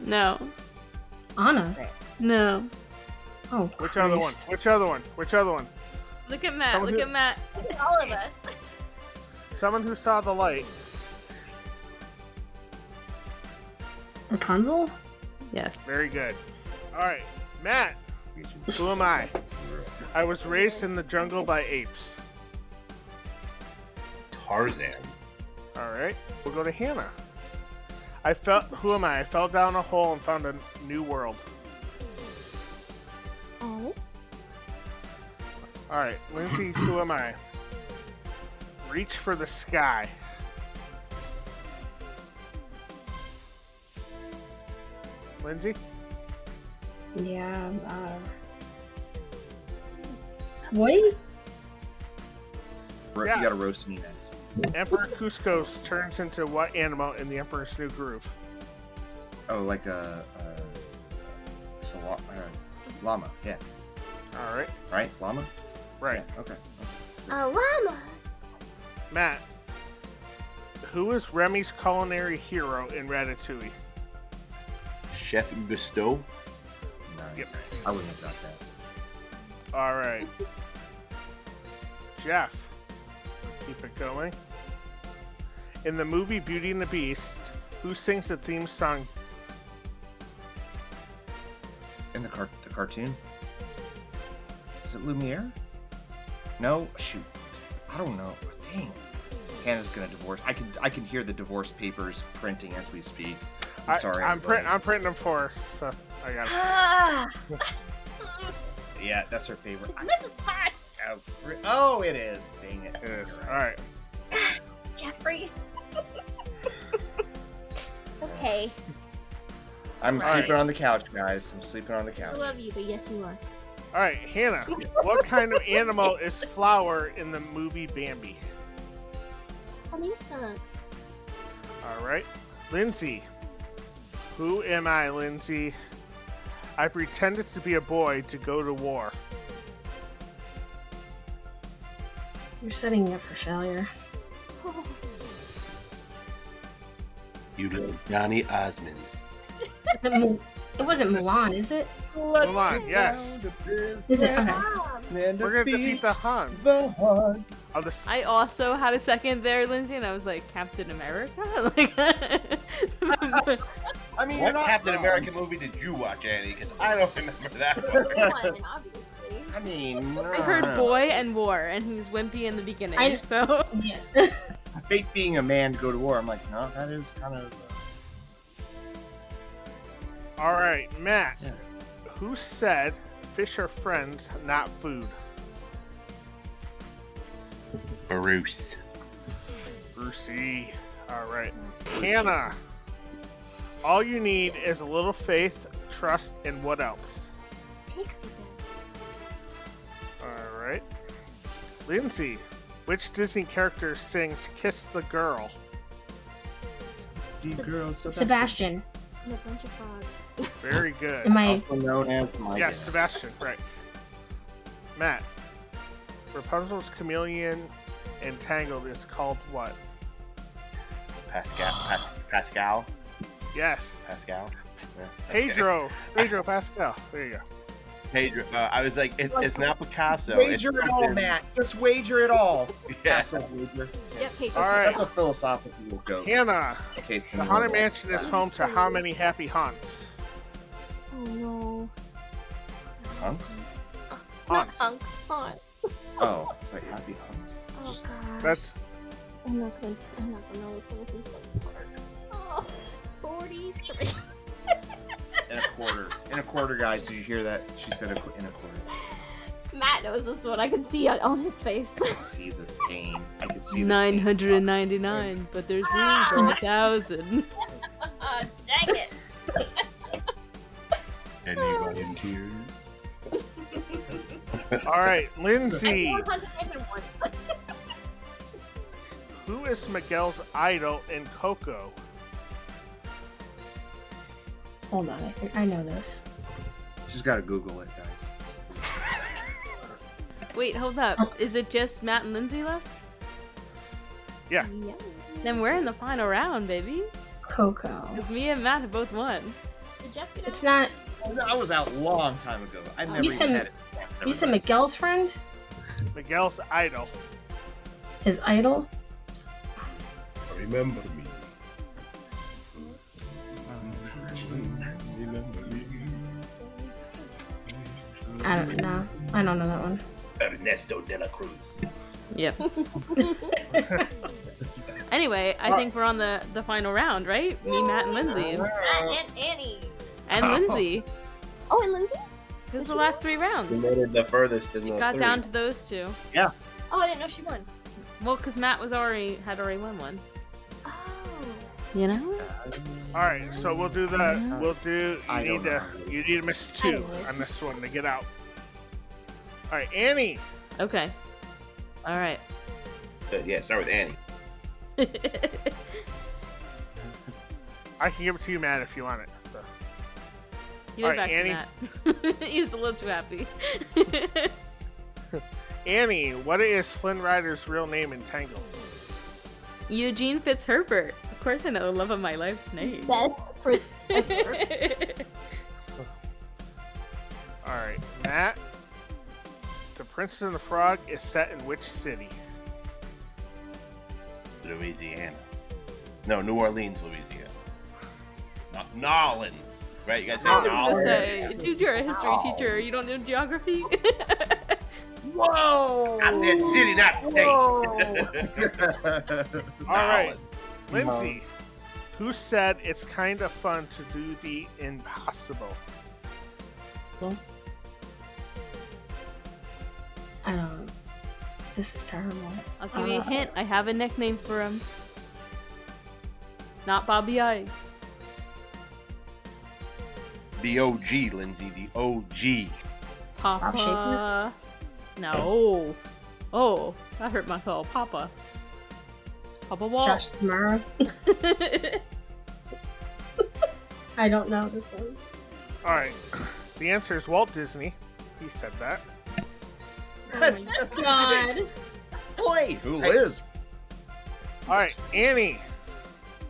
Speaker 4: No,
Speaker 3: Anna.
Speaker 4: no.
Speaker 3: Oh,
Speaker 1: Which other one?
Speaker 3: Christ.
Speaker 1: Which other one? Which other one?
Speaker 4: Look at Matt.
Speaker 1: Someone
Speaker 4: Look
Speaker 1: who-
Speaker 4: at Matt.
Speaker 5: All of us.
Speaker 1: Someone who saw the light.
Speaker 3: Rapunzel?
Speaker 4: Yes.
Speaker 1: Very good. All right, Matt. Who am I? I was raised in the jungle by apes.
Speaker 2: Tarzan.
Speaker 1: All right, we'll go to Hannah. I fell. Who am I? I fell down a hole and found a new world.
Speaker 5: Alice?
Speaker 1: All right, Lindsay. who am I? Reach for the sky. Lindsay.
Speaker 3: Yeah. Uh... Wait.
Speaker 7: Ro-
Speaker 1: Yeah.
Speaker 7: You gotta roast me next.
Speaker 1: Emperor Cusco's turns into what animal in the Emperor's New Groove?
Speaker 7: Oh, like a, a, it's a lla- uh, llama. Yeah,
Speaker 1: All right,
Speaker 7: right? Llama.
Speaker 1: right.
Speaker 7: Yeah, okay.
Speaker 5: A llama.
Speaker 1: Matt, who is Remy's culinary hero in Ratatouille?
Speaker 2: Chef Gusteau.
Speaker 7: Nice.
Speaker 1: Yep.
Speaker 7: I wouldn't have got that.
Speaker 1: All right. Jeff, keep it going. In the movie Beauty and the Beast, who sings the theme song?
Speaker 7: In the car- the cartoon. Is it Lumiere? No. Shoot. I don't know. Dang. Hannah's gonna divorce. I can I can hear the divorce papers printing as we speak. I'm
Speaker 1: I-
Speaker 7: sorry.
Speaker 1: I'm, print,
Speaker 7: everybody.
Speaker 1: I'm printing them for her, so I got it.
Speaker 5: Ah,
Speaker 7: Yeah, that's her favorite.
Speaker 5: it's Mrs. Potts.
Speaker 7: Oh, re- oh, it is. Dang it.
Speaker 1: Yes.
Speaker 7: You're
Speaker 1: All
Speaker 7: right.
Speaker 1: right.
Speaker 5: Jeffrey. it's okay.
Speaker 7: I'm
Speaker 1: All
Speaker 7: sleeping
Speaker 1: right.
Speaker 7: on the couch, guys. I'm sleeping on the
Speaker 5: I still
Speaker 7: couch.
Speaker 5: love you, but yes, you are.
Speaker 1: All right, Hannah, what kind of animal is Flower in the movie Bambi?
Speaker 5: Oh, name's skunk.
Speaker 1: All right. Lindsay. Who am I, Lindsay? I pretended to be a boy to go to war.
Speaker 3: You're setting me up for failure.
Speaker 2: You little Donny Osmond.
Speaker 3: Is it, Mul- it wasn't Milan, is it?
Speaker 6: Let's
Speaker 1: Come on, yes.
Speaker 3: Is it?
Speaker 5: Ah,
Speaker 3: Okay.
Speaker 5: (laughs)
Speaker 1: We're going to defeat the Hun.
Speaker 6: the Hun.
Speaker 1: Of the s-
Speaker 4: I also had a second there, Lindsay, and I was like, Captain America? (laughs) like,
Speaker 6: I mean, you're
Speaker 2: What
Speaker 6: not
Speaker 2: Captain
Speaker 6: wrong.
Speaker 2: America movie did you watch, Annie? Because I don't (laughs) remember that one.
Speaker 5: one, obviously.
Speaker 7: I mean, uh,
Speaker 4: I heard boy and war, and he's wimpy in the beginning.
Speaker 3: I-
Speaker 4: so
Speaker 3: Yeah.
Speaker 7: fake being a man to go to war. I'm like, no, that is kind of. Uh,
Speaker 1: All right, Matt.
Speaker 7: Yeah.
Speaker 1: Who said fish are friends, not food?
Speaker 2: Bruce.
Speaker 1: Brucey. All right. Hannah. All you need is a little faith, trust, and what else?
Speaker 5: Pixie dust.
Speaker 1: All right. Lindsay. Which Disney character sings Kiss the Girl?
Speaker 7: Deep girl, Sebastian.
Speaker 3: Sebastian.
Speaker 5: And a bunch of frogs.
Speaker 1: Very good.
Speaker 3: Am I?
Speaker 7: Also known as my
Speaker 1: Yes, Sebastian, right. Matt, Rapunzel's chameleon entangled is called what?
Speaker 6: (sighs)
Speaker 2: Pascal. Pas- Pascal.
Speaker 1: Yes,
Speaker 2: Pascal. Yeah, okay.
Speaker 1: Pedro, Pedro Pascal. There you go.
Speaker 2: Pedro. Uh, I was like, it's, it's not Picasso.
Speaker 6: wager
Speaker 2: it's
Speaker 6: it all,
Speaker 2: freaking-
Speaker 6: Matt. Just wager it all.
Speaker 2: (laughs) Yeah.
Speaker 6: That's not wager.
Speaker 5: Yes,
Speaker 1: All
Speaker 7: That's
Speaker 1: right,
Speaker 7: a philosophical joke.
Speaker 1: Hannah,
Speaker 7: in case
Speaker 1: the
Speaker 7: anyone
Speaker 1: haunted mansion is
Speaker 7: wants
Speaker 1: home to how many happy haunts?
Speaker 5: Oh no.
Speaker 7: Hunks?
Speaker 5: Not
Speaker 1: Hunks.
Speaker 5: hunks. Haunt.
Speaker 7: Oh, it's like happy hunks.
Speaker 5: Oh god.
Speaker 1: That's
Speaker 5: I'm not gonna. I'm not gonna know this one. This is so hard. Oh, 43.
Speaker 7: In a quarter. In a quarter, guys. Did you hear that? She said a, qu- in a quarter.
Speaker 5: Matt knows this one. I can see it on his face.
Speaker 1: (laughs)
Speaker 7: I could see the game. I could see the Ah.
Speaker 4: 999, but there's room for a thousand. (laughs)
Speaker 5: oh, dang it.
Speaker 2: Anybody in tears?
Speaker 1: all right.
Speaker 5: I'm
Speaker 1: Lindsay,
Speaker 5: 401.
Speaker 1: who is Miguel's idol in Coco?
Speaker 3: Hold on. I think I know this.
Speaker 7: She's got to Google it, guys.
Speaker 4: Wait, hold up. Is it just Matt and Lindsay left?
Speaker 1: Yeah.
Speaker 5: Yeah.
Speaker 4: Then we're in the final round, baby.
Speaker 3: Coco.
Speaker 4: 'Cause me and Matt have both won.
Speaker 5: Did Jeff get
Speaker 3: It's
Speaker 5: out?
Speaker 3: not.
Speaker 7: I was out long time ago. I never
Speaker 3: You
Speaker 7: even
Speaker 3: said-
Speaker 7: had it. once,
Speaker 3: You said
Speaker 7: everybody.
Speaker 3: Miguel's friend?
Speaker 1: Miguel's idol.
Speaker 3: His idol?
Speaker 8: Remember me.
Speaker 3: I don't know. I don't know that one.
Speaker 8: Ernesto de la Cruz.
Speaker 1: (laughs)
Speaker 4: Yep. anyway, I think we're on the the final round, right? Me, Matt, and Lindsay,
Speaker 1: Oh.
Speaker 5: Matt and Annie.
Speaker 4: and Lindsay.
Speaker 5: Oh, and Lindsay?
Speaker 4: This is the last three
Speaker 2: You
Speaker 4: rounds.
Speaker 2: made it the furthest in the
Speaker 4: Got
Speaker 2: three.
Speaker 4: down to those two.
Speaker 5: Oh, I didn't know she won.
Speaker 4: Well, because Matt was already had already won one.
Speaker 5: Oh.
Speaker 4: You know.
Speaker 1: All right, so we'll do the we'll do. You
Speaker 7: I
Speaker 1: need
Speaker 7: don't
Speaker 1: to
Speaker 7: know.
Speaker 1: you need to miss two
Speaker 5: would.
Speaker 1: on this one to get out. All right, Annie.
Speaker 4: Okay. All right. (laughs)
Speaker 2: Uh, yeah, start with Annie.
Speaker 1: I can give it to you, Matt, if you want it. So.
Speaker 4: Give it
Speaker 1: All right,
Speaker 4: back to Matt. (laughs) He's a little too happy. (laughs)
Speaker 1: Annie, what is Flynn Rider's real name in Tangle?
Speaker 4: Eugene Fitzherbert. Of course, I know the love of my life's name.
Speaker 5: Best prince ever.
Speaker 4: (laughs)
Speaker 1: All right, Matt. The Princess and the Frog is set in which city?
Speaker 2: Louisiana. No, New Orleans, Louisiana. Not Nolans. Right? You guys say
Speaker 4: I was gonna
Speaker 2: Nolans.
Speaker 4: say, dude, you're a history teacher. You don't know geography. (laughs)
Speaker 6: Whoa!
Speaker 2: I said city, not
Speaker 6: Whoa.
Speaker 2: state.
Speaker 1: All right.
Speaker 2: Nolans.
Speaker 1: Lindsay, who said it's kind of fun to do the impossible?
Speaker 3: I don't. This is terrible. Uh,
Speaker 4: I'll give you a hint. I have a nickname for him. It's not Bobby Eyes.
Speaker 2: The OG, Lindsay. The OG.
Speaker 4: Papa. No. Oh, that hurt my soul. Papa. Papa Wall.
Speaker 3: Josh tomorrow. I don't know this one.
Speaker 1: All right, the answer is Walt Disney. He said that.
Speaker 4: Oh
Speaker 3: (laughs)
Speaker 6: That's- that's good.
Speaker 7: (laughs) Boy, who lives?
Speaker 1: All right, Annie,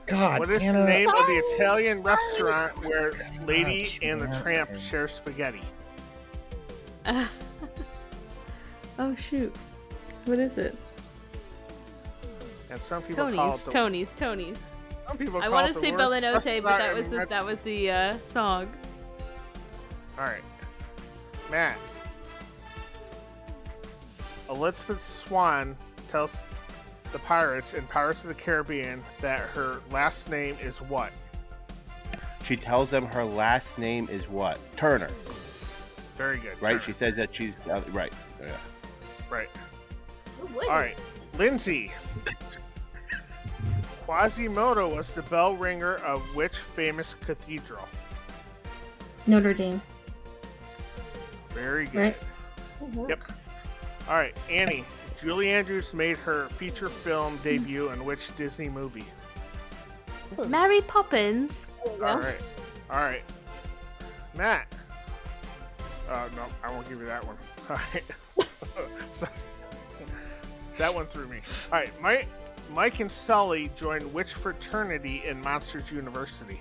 Speaker 7: God,
Speaker 1: what is the
Speaker 7: Anna.
Speaker 1: name of the Italian restaurant where Lady
Speaker 7: Oh,
Speaker 1: and the
Speaker 7: Anna.
Speaker 1: Tramp share spaghetti?
Speaker 4: (laughs) oh shoot. What is it?
Speaker 1: And some people call it
Speaker 4: Tony's.
Speaker 1: the,
Speaker 4: Tony's. Tony's.
Speaker 1: Some people
Speaker 4: I
Speaker 1: call
Speaker 4: want
Speaker 1: it the
Speaker 4: to say
Speaker 1: worst
Speaker 4: Bellinote, but
Speaker 1: restaurant
Speaker 4: that
Speaker 1: in
Speaker 4: was the,
Speaker 1: Mex-
Speaker 4: that was the uh, song.
Speaker 1: All right, Matt. Elizabeth Swan tells the pirates in Pirates of the Caribbean that her last name is what?
Speaker 2: She tells them her last name is what? Turner.
Speaker 1: Very good.
Speaker 2: Right?
Speaker 1: Turner.
Speaker 2: She says that she's. Uh, right. Yeah.
Speaker 1: right.
Speaker 5: Who would?
Speaker 1: All right,
Speaker 2: (laughs)
Speaker 1: Lindsay. Quasimodo was the bell ringer of which famous cathedral?
Speaker 3: Notre Dame.
Speaker 1: Very good.
Speaker 3: Right.
Speaker 1: Yep. All right, Annie. Julie Andrews made her feature film debut in which Disney movie?
Speaker 4: Mary Poppins.
Speaker 1: All right. All right. Matt. Uh, no, I won't give you that one. (laughs) All right. Sorry. That one threw me. All right, Mike. Mike and Sully joined which fraternity in Monsters University?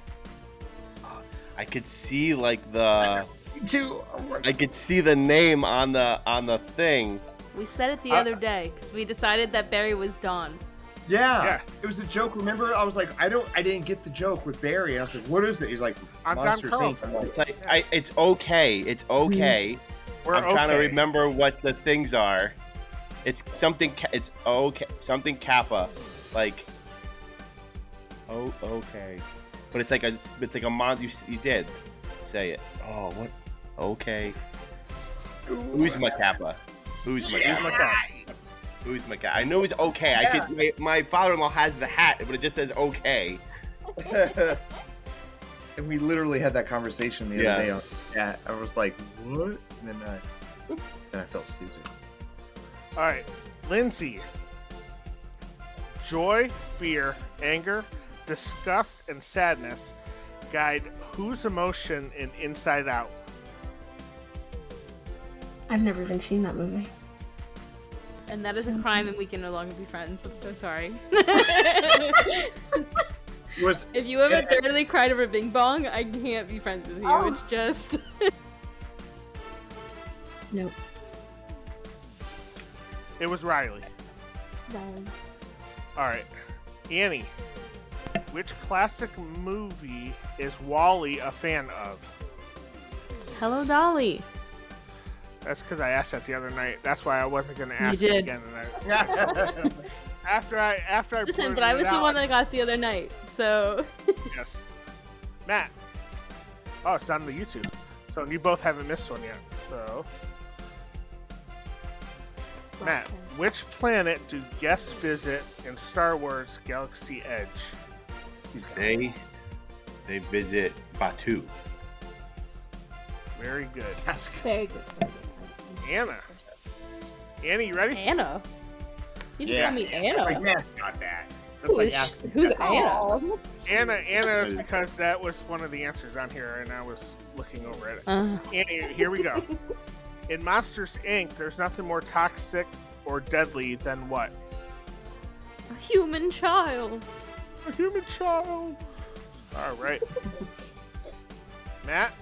Speaker 2: I could see, like, (laughs) the.
Speaker 6: Two. Oh my-
Speaker 2: I could see the name on the on the thing.
Speaker 4: We said it the
Speaker 1: Uh,
Speaker 4: other day because we decided that Barry was Don.
Speaker 6: Yeah.
Speaker 1: Yeah.
Speaker 6: It was a joke. Remember, I was like, I don't, I didn't get the joke with Barry. I was like, what is it? He's like,
Speaker 1: I'm Don
Speaker 6: Monsters
Speaker 1: Carlson.
Speaker 6: Inc. I'm like,
Speaker 2: It's like I, it's okay. It's
Speaker 4: Mm-hmm.
Speaker 2: okay.
Speaker 1: We're
Speaker 2: I'm trying to
Speaker 1: okay.
Speaker 2: remember what the things are. It's something. ca- It's okay. Something kappa, like. Oh, okay. But it's like a. It's like a mon. You, s- you did say it. Oh, what? Okay. Who's my kappa? Who's my
Speaker 1: Here's my card.
Speaker 2: Who's my guy? I know he's okay. I could. My, my father-in-law has the hat, but it just says okay.
Speaker 6: (laughs) and we literally had that conversation the other
Speaker 2: Yeah.
Speaker 6: day on chat. I was like, what? And then I, then I felt stupid.
Speaker 1: All right, Lindsay. Joy, fear, anger, disgust, and sadness guide whose emotion in Inside Out?
Speaker 3: I've never even seen that movie.
Speaker 4: And that is a crime, and we can no longer be friends. I'm so sorry. (laughs)
Speaker 6: It was
Speaker 4: if you ever thoroughly cried over Bing Bong, I can't be friends with you. It's just. (laughs)
Speaker 3: Nope.
Speaker 1: It was Riley. All right, Annie, which classic movie is Wally a fan of?
Speaker 4: Hello, Dolly.
Speaker 1: That's because I asked that the other night. That's why I wasn't going to ask it
Speaker 4: did.
Speaker 1: again tonight. (laughs) After I after I
Speaker 4: Listen,
Speaker 1: pointed
Speaker 4: but I
Speaker 1: it
Speaker 4: was the
Speaker 1: out,
Speaker 4: one that got the other night, so (laughs)
Speaker 1: Yes. Matt. Oh, it's on the YouTube. So you both haven't missed one yet. So. Matt, which planet do guests visit in Star Wars Galaxy Edge?
Speaker 2: They they visit Batu.
Speaker 1: Very good. (laughs)
Speaker 7: That's good.
Speaker 4: very good.
Speaker 1: Anna. Annie, you ready?
Speaker 4: Anna. You just
Speaker 7: Yeah.
Speaker 4: called me
Speaker 6: Like,
Speaker 4: Anna.
Speaker 6: yes, got that.
Speaker 4: Who is
Speaker 6: ask-
Speaker 4: sh- who's Anna?
Speaker 1: Anna, Anna is because that was one of the answers on here, and I was looking over at it.
Speaker 4: Uh,
Speaker 1: Annie, here we
Speaker 4: (laughs)
Speaker 1: go. In Monsters Inc., there's nothing more toxic or deadly than what?
Speaker 4: a human child.
Speaker 1: A human child. All
Speaker 4: (laughs)
Speaker 1: right. Matt,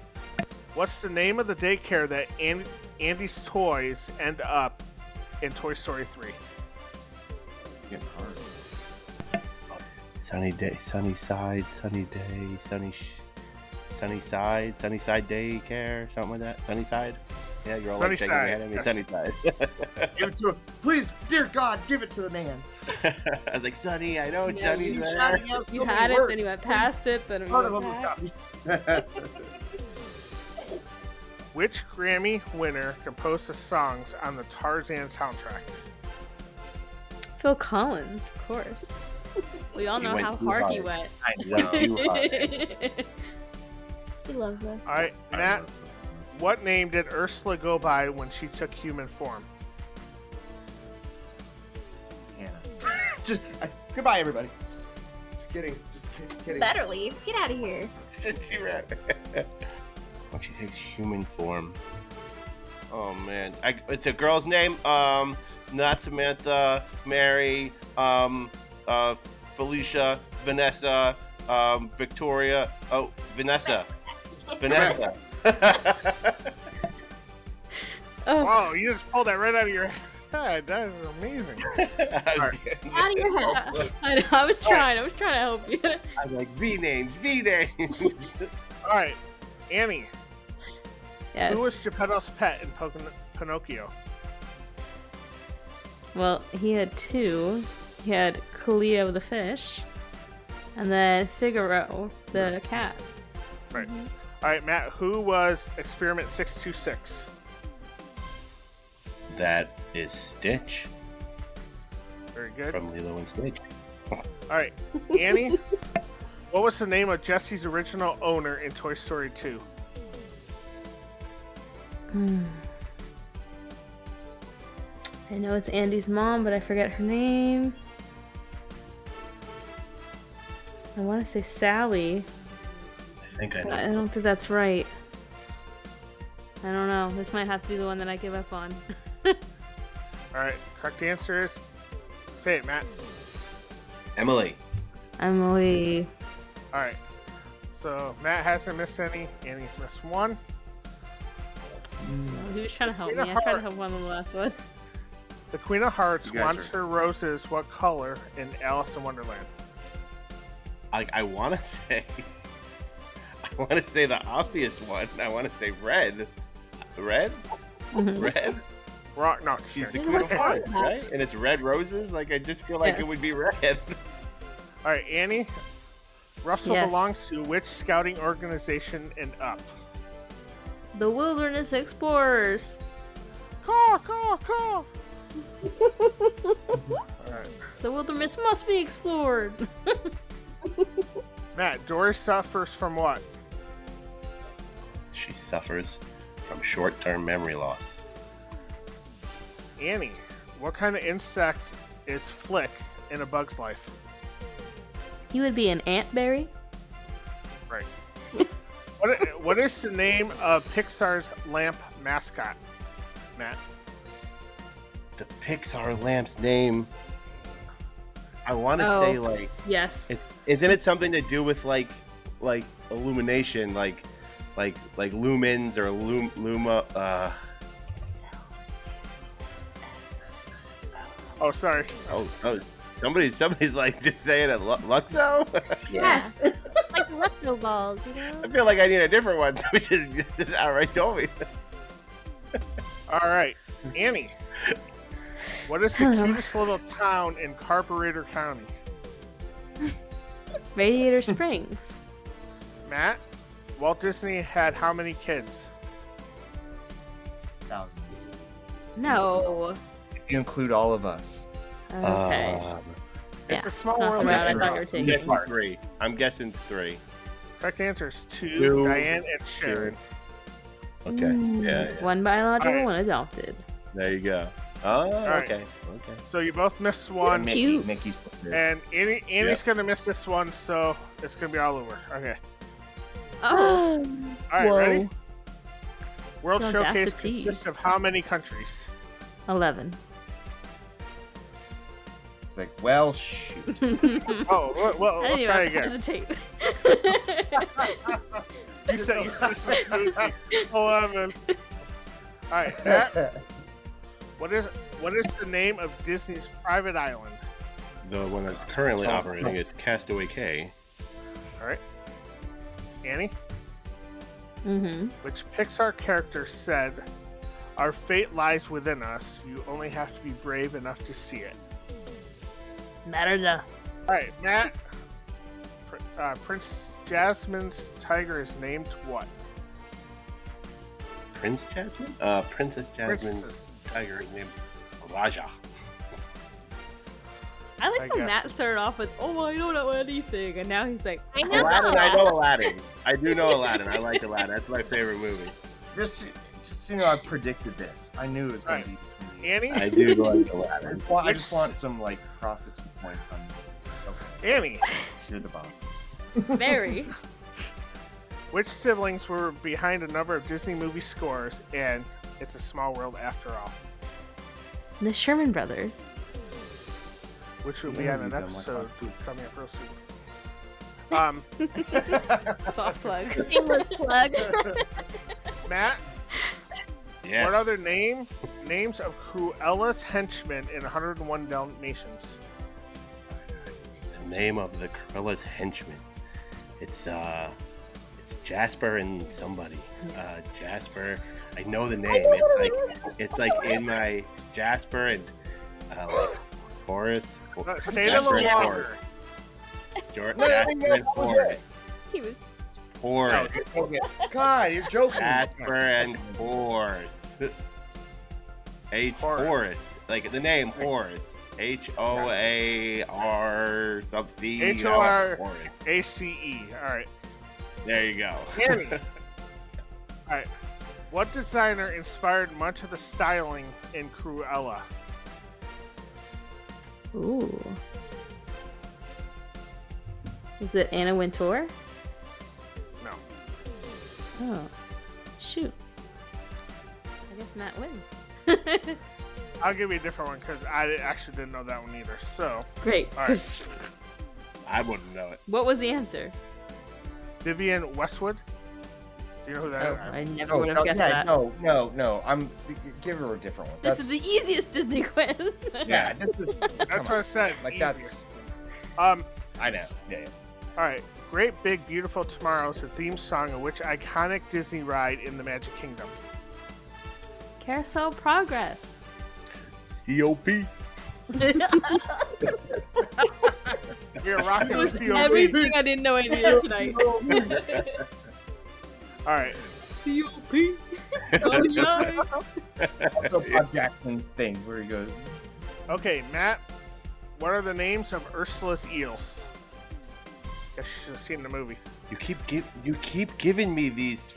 Speaker 1: what's the name of the daycare that An- Andy's toys end up in Toy Story 3?
Speaker 7: Getting hard.
Speaker 2: Sunny day, sunny side, sunny day, sunny, sh- sunny side, sunny side daycare, something like that. Sunny side. Yeah, you're all like shaking your
Speaker 1: Sunnyside.
Speaker 2: head at me.
Speaker 1: Yes.
Speaker 2: Sunny side. (laughs)
Speaker 6: Give it to him. Please, dear God, give it to the man.
Speaker 2: I was like, Sunny, I know
Speaker 6: Yeah,
Speaker 2: Sunny's
Speaker 6: you
Speaker 2: there.
Speaker 6: shouted out so
Speaker 4: You
Speaker 6: many
Speaker 4: had it,
Speaker 6: words.
Speaker 4: then you went past it, then we
Speaker 6: Part of
Speaker 4: went
Speaker 6: them
Speaker 4: back.
Speaker 6: was
Speaker 1: Which Grammy winner composed the songs on the Tarzan soundtrack?
Speaker 4: Phil Collins, of course. We all
Speaker 2: He
Speaker 4: know
Speaker 2: went
Speaker 4: how
Speaker 2: too
Speaker 4: hard he
Speaker 2: hard.
Speaker 4: went.
Speaker 2: I know. You
Speaker 6: (laughs)
Speaker 2: are. (laughs)
Speaker 5: He loves us.
Speaker 1: All right, Matt, what name did Ursula go by when she took human form?
Speaker 7: Hannah.
Speaker 6: (laughs) Just, I, goodbye, everybody. Just kidding. Just ki- kidding.
Speaker 5: Better leave. Get out of here.
Speaker 2: Since you ran. (laughs) when she takes human form. Oh man, I, it's a girl's name. Um, not Samantha, Mary, um, uh, Felicia, Vanessa, um, Victoria. Oh, Vanessa, Vanessa.
Speaker 4: (laughs)
Speaker 2: (laughs)
Speaker 4: oh,
Speaker 1: Wow, you just pulled that right out of your head. That is amazing.
Speaker 2: I was
Speaker 1: Alright.
Speaker 2: kidding.
Speaker 5: Out of your head.
Speaker 4: I, know, I was trying. I was trying to help you. (laughs)
Speaker 2: I was like V names, V names.
Speaker 1: All right, Annie,
Speaker 4: Yes.
Speaker 1: who was Geppetto's pet in Pocon- Pinocchio?
Speaker 4: Well, he had two. He had Cleo the fish, and then Figaro the cat.
Speaker 1: All right, Matt, who was Experiment 626?
Speaker 2: (laughs) that is Stitch
Speaker 1: Very good.
Speaker 2: from Lilo and Stitch.
Speaker 1: All right, Annie, what was the name of Jesse's original owner in Toy Story 2?
Speaker 4: Hmm. I know it's Andy's mom, but I forget her name. I want to say Sally,
Speaker 2: I think I
Speaker 4: but
Speaker 2: know.
Speaker 4: I don't think that's right. I don't know. This might have to be the one that I give up on. (laughs)
Speaker 1: All right, correct answer is. Say it, Matt.
Speaker 2: Emily.
Speaker 4: Emily.
Speaker 1: All right. So Matt hasn't missed any. Annie's missed one.
Speaker 4: Oh, he was trying to help me.
Speaker 1: Gina
Speaker 4: I tried to
Speaker 1: Hart.
Speaker 4: help him on the last one.
Speaker 1: The Queen of Hearts
Speaker 7: You guys
Speaker 1: wants
Speaker 7: are-
Speaker 1: her roses what color in Alice in Wonderland?
Speaker 2: I, I want to say, I want to say the obvious one. I want to say red, red,
Speaker 4: Mhm.
Speaker 2: red.
Speaker 1: Rock. No,
Speaker 2: She's
Speaker 1: she's
Speaker 2: the
Speaker 1: all
Speaker 2: queen of hearts, right? And it's red roses. Like I just feel like
Speaker 4: Yeah.
Speaker 2: it would be red. (laughs)
Speaker 1: right. Annie, Russell
Speaker 4: Yes.
Speaker 1: belongs to which scouting organization and up?
Speaker 4: (laughs) the Wilderness Explorers.
Speaker 1: Call, call, call. all right,
Speaker 4: The wilderness must be explored. (laughs)
Speaker 1: Matt. Doris suffers from what?
Speaker 2: She suffers from short-term memory loss.
Speaker 1: Annie, what kind of insect is Flick in A Bug's Life?
Speaker 4: He would be an antberry.
Speaker 1: Right. what, i- what is the name of Pixar's lamp mascot? Matt.
Speaker 2: The Pixar lamp's name. I want to
Speaker 4: Oh.
Speaker 2: say like
Speaker 4: Yes.
Speaker 2: it's isn't it something to do with like like illumination like like like lumens or lum, luma uh
Speaker 1: Oh, sorry.
Speaker 2: oh oh Somebody, somebody's like just saying it, Lu- Luxo. (laughs)
Speaker 5: Yes. (laughs) like the Luxo balls, you know?
Speaker 2: I feel like I need a different one. (laughs) So just, just outright told me.
Speaker 1: All right, Annie. What is the
Speaker 3: Hello.
Speaker 1: cutest little town in Carburetor County?
Speaker 4: Radiator Springs.
Speaker 1: Matt, Walt Disney had how many kids?
Speaker 7: Thousands.
Speaker 4: No.
Speaker 7: You include all of us.
Speaker 4: Okay.
Speaker 1: It's
Speaker 4: Yeah,
Speaker 1: a small
Speaker 4: it's not
Speaker 1: world.
Speaker 4: the route I
Speaker 1: after
Speaker 4: thought
Speaker 1: all.
Speaker 4: you were
Speaker 2: I'm
Speaker 4: taking.
Speaker 2: guessing three. I'm guessing three.
Speaker 1: Correct answer is two,
Speaker 2: Two.
Speaker 1: Diane and Sharon.
Speaker 2: Okay. Yeah, yeah.
Speaker 4: One biological,
Speaker 1: Alright.
Speaker 4: one
Speaker 5: (gasps)
Speaker 4: adopted. (gasps)
Speaker 2: There you go. Oh,
Speaker 1: right.
Speaker 2: okay. Okay.
Speaker 1: So you both missed one.
Speaker 7: Mickey,
Speaker 4: Cute.
Speaker 7: Mickey's still there.
Speaker 1: And Annie, Annie's gonna miss this one, so it's gonna be all over. Okay.
Speaker 4: Oh.
Speaker 1: All right,
Speaker 4: Whoa.
Speaker 1: ready? World
Speaker 4: The
Speaker 1: Showcase
Speaker 4: audacity.
Speaker 1: consists of how many
Speaker 4: (laughs)
Speaker 1: countries?
Speaker 4: 11.
Speaker 7: It's like, well, shoot.
Speaker 4: (laughs)
Speaker 1: Oh, well, well
Speaker 4: I
Speaker 1: let's
Speaker 4: didn't
Speaker 1: try
Speaker 4: even
Speaker 1: again.
Speaker 4: have to hesitate.
Speaker 1: You said you said this was eleven. All right, Matt, what is what is the name of Disney's private island?
Speaker 2: The one that's currently operating is Castaway K.
Speaker 1: All right, Annie.
Speaker 4: (laughs) mm-hmm.
Speaker 1: which Pixar character said, Our fate lies within us. You only have to be brave enough to see it.
Speaker 4: Merda.
Speaker 1: All right, Matt. Pr- Uh, Prince Jasmine's tiger is named what?
Speaker 2: Prince Jasmine? Uh, Princess Jasmine's
Speaker 1: Princess.
Speaker 2: tiger is named Raja.
Speaker 4: I like
Speaker 1: I
Speaker 4: how
Speaker 1: guess.
Speaker 4: Matt started off with, oh, I don't know anything. And now he's like,
Speaker 5: I know.
Speaker 2: Aladdin, I know Aladdin. I do know Aladdin. I like Aladdin. That's my favorite movie.
Speaker 7: Just, just so you know, I predicted this. I knew it was
Speaker 1: Right.
Speaker 7: going to be between you.
Speaker 1: Annie?
Speaker 2: I do like
Speaker 7: I
Speaker 2: Aladdin.
Speaker 7: just, want, I
Speaker 1: Which-
Speaker 7: just want some like prophecy points on this. Okay,
Speaker 1: Annie,
Speaker 7: you're the (laughs) bomb.
Speaker 4: Mary.
Speaker 1: which siblings were behind a number of Disney movie scores and It's a Small World After All?
Speaker 4: (laughs) the Sherman Brothers.
Speaker 1: Which will be
Speaker 7: Yeah,
Speaker 1: on an
Speaker 7: you done like
Speaker 1: episode
Speaker 7: that.
Speaker 1: coming up real soon. Um,
Speaker 4: Soft plug.
Speaker 5: Shameless plug.
Speaker 1: Matt,
Speaker 2: Yes.
Speaker 1: what other name names of Cruella's henchmen in 101 Dalmatians?
Speaker 2: the name of the Cruella's henchman. It's uh, it's Jasper and somebody. Uh, Jasper. I know the name. It's like it's like in my it's Jasper and uh, like Horace.
Speaker 1: Uh, say it a little longer.
Speaker 2: Jor- Jasper and Horace.
Speaker 5: he was
Speaker 2: Horace.
Speaker 6: God, you're joking.
Speaker 1: (laughs)
Speaker 2: Jasper and
Speaker 4: (laughs)
Speaker 2: Horace. H
Speaker 1: Horace.
Speaker 2: Horace. Like the name Horace. H O A R sub C.
Speaker 1: H O R- A C E. All right.
Speaker 2: There you go.
Speaker 7: (laughs)
Speaker 1: Annie. All right. What designer inspired much of the styling in Cruella?
Speaker 4: Ooh. Is it Anna Wintour?
Speaker 1: No.
Speaker 4: Oh. Shoot. I guess Matt wins.
Speaker 1: I'll give you a different one because I actually didn't know that one either. So,
Speaker 4: (laughs) Great.
Speaker 1: All right.
Speaker 2: I wouldn't know it.
Speaker 4: (laughs) What was the answer?
Speaker 1: Vivian Westwood. Do you know who that
Speaker 4: Oh,
Speaker 1: is?
Speaker 4: I never
Speaker 7: No,
Speaker 4: would have
Speaker 7: no,
Speaker 4: guessed
Speaker 7: yeah,
Speaker 4: that.
Speaker 7: no, no, no. I'm give her a different one.
Speaker 4: This
Speaker 7: That's-
Speaker 4: is the easiest Disney (laughs) quiz.
Speaker 7: (laughs) yeah. This is,
Speaker 1: That's what I said.
Speaker 7: Like
Speaker 1: easier.
Speaker 7: that's
Speaker 1: Um.
Speaker 7: I know. Yeah. yeah.
Speaker 1: All right. Great Big Beautiful Tomorrow is the theme song of which iconic Disney ride in the Magic Kingdom?
Speaker 4: (laughs) Carousel progress. (laughs)
Speaker 2: COP.
Speaker 1: We are rocking
Speaker 4: (laughs)
Speaker 1: with COP.
Speaker 4: Everything I didn't know I needed tonight.
Speaker 1: All right.
Speaker 4: COP. Oh, yikes.
Speaker 7: That's the (laughs) Bob Jackson thing where he goes.
Speaker 1: Okay, Matt, what are the names of Ursula's eels? I should have seen the movie.
Speaker 2: You keep give you keep giving me these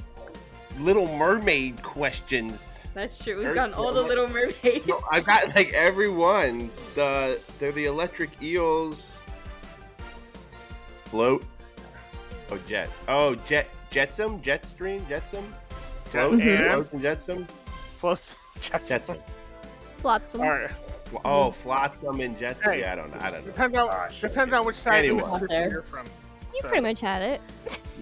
Speaker 2: Little Mermaid questions.
Speaker 4: That's true. We've gotten all the Little
Speaker 2: (laughs)
Speaker 4: Mermaid.
Speaker 2: No, I got like everyone. The they're the electric eels. Float. Oh jet. Oh jet. Jetsam. Jetstream. Jetsam. Float.
Speaker 1: Mhm.
Speaker 2: Float and Jetsam.
Speaker 1: Floats. (laughs) Jetsam.
Speaker 2: Jetsam.
Speaker 5: flotsam.
Speaker 1: All right.
Speaker 2: Fl- Oh, Flotsam and Jetsam.
Speaker 1: Hey.
Speaker 2: Yeah, I don't know. I don't know.
Speaker 1: Depends on, depends on which side
Speaker 2: Anyone.
Speaker 1: of the Mississippi
Speaker 4: Out there.
Speaker 1: you're from.
Speaker 5: You
Speaker 1: So-
Speaker 5: pretty much had it.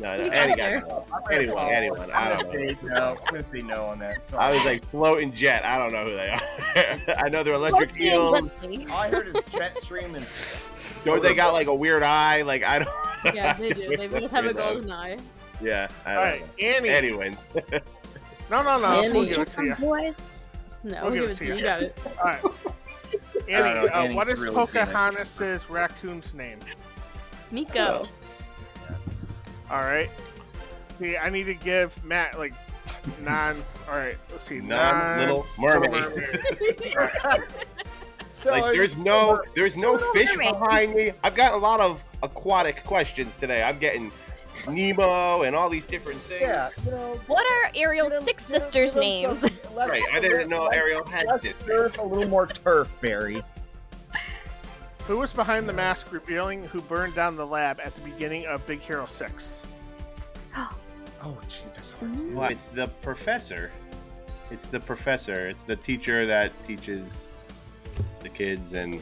Speaker 2: No, no, Annie got it. Anyone, anyone. I
Speaker 7: I'm
Speaker 2: don't
Speaker 7: gonna
Speaker 2: know.
Speaker 7: say no. I'm gonna say no on that. Sorry.
Speaker 2: I was like floating jet. I don't know who they are. (laughs) I know they're electric
Speaker 5: Mostly in
Speaker 2: eels.
Speaker 5: Whitley.
Speaker 7: All I heard is jet stream and
Speaker 2: Don't they got like a weird eye? Like I don't.
Speaker 4: Yeah, they do. They both have a
Speaker 2: Who knows?
Speaker 4: golden eye.
Speaker 2: (laughs) Yeah, I
Speaker 1: All
Speaker 2: don't
Speaker 1: right,
Speaker 2: know.
Speaker 1: Annie.
Speaker 2: Anyways,
Speaker 1: No, no, no.
Speaker 4: Annie.
Speaker 1: Oh, We'll give it to you.
Speaker 5: Boys.
Speaker 4: No,
Speaker 1: We'll
Speaker 4: we'll give it to you. You got it.
Speaker 1: All
Speaker 2: (laughs)
Speaker 1: right.
Speaker 2: don't
Speaker 1: Annie,
Speaker 2: know,
Speaker 1: uh, what
Speaker 7: Annie's
Speaker 1: is
Speaker 7: really good at-
Speaker 1: Pocahontas' raccoon's name?
Speaker 4: Nico.
Speaker 1: All right. See, I need to give Matt
Speaker 2: (laughs)
Speaker 1: like non. All right, let's see.
Speaker 2: non little mermaid. (laughs)
Speaker 6: So
Speaker 2: like
Speaker 6: I-
Speaker 2: there's no there's no
Speaker 5: Little
Speaker 2: fish
Speaker 5: mermaid.
Speaker 2: behind me. I've got a lot of aquatic questions today. I'm getting Nemo and all these different things.
Speaker 6: yeah, you know,
Speaker 5: What are Ariel's
Speaker 6: give 'em-
Speaker 5: six
Speaker 6: give 'em-
Speaker 5: sisters'
Speaker 6: give 'em
Speaker 5: names?
Speaker 6: some- let's-
Speaker 2: Right, I didn't know
Speaker 6: let's-
Speaker 2: Ariel had
Speaker 6: let's
Speaker 2: sisters.
Speaker 6: There's a little more turf, Barry.
Speaker 1: Who was behind the mask revealing who burned down the lab at the beginning of Big Hero 6?
Speaker 7: oh, gee, that's hard.
Speaker 2: Well, It's the professor. It's the professor. It's the teacher that teaches the kids, and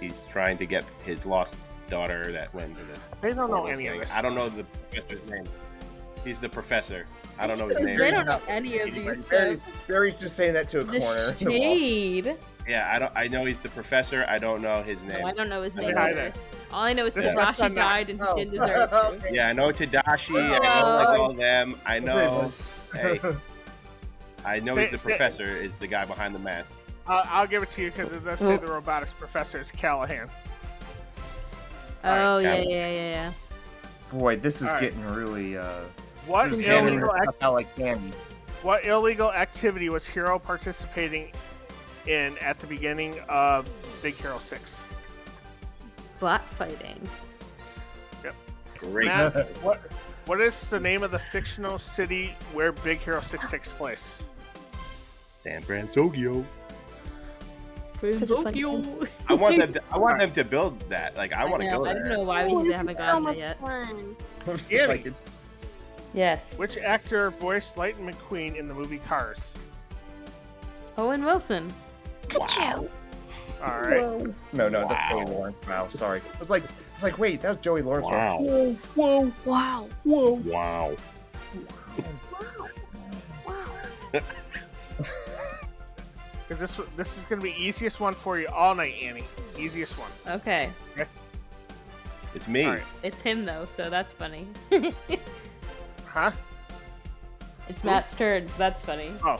Speaker 2: he's trying to get his lost daughter that went to the.
Speaker 1: They don't know
Speaker 2: portal
Speaker 1: any of
Speaker 2: thing.
Speaker 1: this.
Speaker 2: I don't know the professor's name. He's the professor. I don't know his name.
Speaker 4: They don't know any of these.
Speaker 6: Barry,
Speaker 4: though.
Speaker 6: Barry's just saying that to a corner. (laughs)
Speaker 4: The shade.
Speaker 2: Yeah, I don't. I know he's the professor. I don't know his
Speaker 4: No, Oh, I
Speaker 2: name.
Speaker 4: don't know his
Speaker 2: I
Speaker 4: name.
Speaker 2: don't
Speaker 1: either.
Speaker 4: either. All I know is
Speaker 1: This
Speaker 2: is
Speaker 1: Russian knife.
Speaker 4: Tadashi died and
Speaker 6: Oh.
Speaker 4: he didn't deserve to.
Speaker 6: Okay.
Speaker 2: Yeah, I know Tadashi. I know
Speaker 1: Oh.
Speaker 2: like all them. I know. Hey, I know he's the
Speaker 1: Say- say-
Speaker 2: professor. Is the guy behind the mask?
Speaker 1: I'll, I'll give it to you because it does say the robotics professor is Callahan.
Speaker 4: Oh
Speaker 2: Alright,
Speaker 4: yeah,
Speaker 2: got it.
Speaker 4: yeah, yeah, yeah.
Speaker 7: (laughs) Boy, this is
Speaker 1: All right.
Speaker 7: getting really uh.
Speaker 1: What
Speaker 4: It's
Speaker 7: jamming
Speaker 1: illegal,
Speaker 7: this
Speaker 1: ac-
Speaker 7: stuff out like candy.
Speaker 1: what illegal activity was Hero participating in at the beginning of Big Hero 6?
Speaker 4: Black fighting.
Speaker 2: Great.
Speaker 1: Matt, what, what is the name of the fictional city where Big Hero 6 takes place?
Speaker 2: San Francisco.
Speaker 3: Such a fun
Speaker 4: Tokyo.
Speaker 2: I want them. To, I want them to build that. Like I want to go
Speaker 4: know, I
Speaker 2: there.
Speaker 4: don't know why we haven't
Speaker 5: Oh, so
Speaker 4: gotten there
Speaker 5: much
Speaker 4: yet.
Speaker 5: fun.
Speaker 7: (laughs)
Speaker 1: Annie,
Speaker 4: Yes.
Speaker 1: which actor voiced Lightning McQueen in the movie Cars?
Speaker 4: Owen Wilson.
Speaker 5: Ka-chow.
Speaker 1: All right.
Speaker 7: No, no, that's
Speaker 2: Wow.
Speaker 7: Joey Lawrence. Wow, sorry. I was like, I was like, wait, that was Joey Lawrence.
Speaker 2: Wow.
Speaker 7: Whoa, whoa,
Speaker 5: Wow.
Speaker 7: whoa.
Speaker 2: Wow.
Speaker 1: Because this this is going to be easiest one for you all night, Annie. Easiest one.
Speaker 4: Okay.
Speaker 2: It's me.
Speaker 1: All right.
Speaker 4: It's him though, so that's funny.
Speaker 1: Huh?
Speaker 4: It's Matt Stearns, that's funny.
Speaker 1: Oh.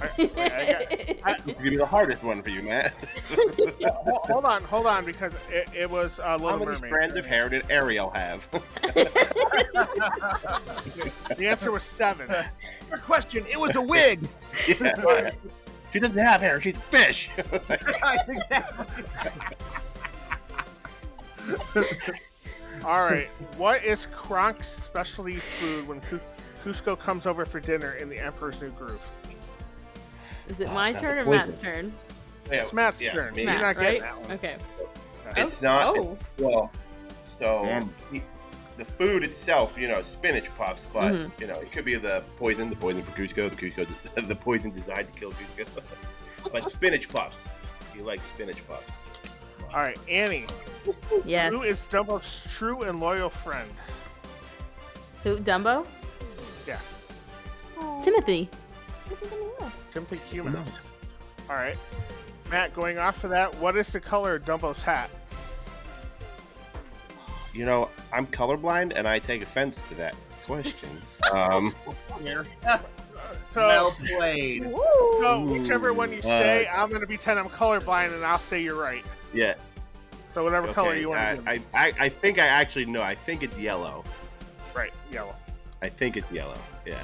Speaker 1: Alright, wait, I got-
Speaker 2: Give me the hardest one for you, Matt.
Speaker 1: Ho- hold on, hold on, because it, it was uh, Little
Speaker 2: How many
Speaker 1: Mermaid.
Speaker 2: strands of hair did Ariel
Speaker 1: (laughs)
Speaker 2: have? (laughs)
Speaker 1: The answer was seven.
Speaker 2: (laughs)
Speaker 6: Good question. It was a wig. (laughs)
Speaker 2: Yeah. she doesn't have hair. She's a fish.
Speaker 6: exactly.
Speaker 1: All right. What is Kronk's specialty food when Cus- Cusco comes over for dinner in The Emperor's New Groove?
Speaker 4: (laughs) Is it
Speaker 2: Oh,
Speaker 4: my
Speaker 2: it's not
Speaker 4: turn
Speaker 2: the
Speaker 4: or
Speaker 2: poison.
Speaker 4: Matt's turn?
Speaker 1: It's Matt's turn.
Speaker 2: me.
Speaker 1: You're
Speaker 4: Matt,
Speaker 1: not getting
Speaker 4: right?
Speaker 1: that one.
Speaker 4: Okay.
Speaker 2: It's
Speaker 4: Oh,
Speaker 2: not.
Speaker 4: Oh.
Speaker 2: Well, so
Speaker 7: Man.
Speaker 2: he- the food itself, you know, spinach puffs,
Speaker 4: Mhm.
Speaker 2: but
Speaker 1: Mm-hmm.
Speaker 2: you know, it could be the poison, the poison for Cusco, the Cusco, (laughs) the poison designed to kill Cusco. (laughs) but spinach puffs. You like spinach puffs?
Speaker 1: All right, Annie.
Speaker 4: Yes.
Speaker 1: Who is Dumbo's true and loyal friend?
Speaker 4: Who, Dumbo?
Speaker 5: Aw.
Speaker 4: (laughs) Timothy.
Speaker 5: Look at the mouse.
Speaker 1: Simply Humanos. All right. Matt, going off of that, what is the color of Dumbo's hat?
Speaker 2: You know, I'm colorblind, and I take offense to that
Speaker 1: (laughs)
Speaker 2: question. um,
Speaker 1: So,
Speaker 6: (laughs) well played.
Speaker 5: Ooh.
Speaker 1: So whichever one you
Speaker 2: Ooh, uh,
Speaker 1: say, I'm gonna pretend I'm colorblind, and I'll say you're right.
Speaker 2: yeah.
Speaker 1: So whatever
Speaker 2: Okay.
Speaker 1: color you want
Speaker 2: I,
Speaker 1: to
Speaker 2: I, I, I think I actually know. I think it's yellow.
Speaker 1: Right, yellow.
Speaker 2: I think it's yellow. Yeah.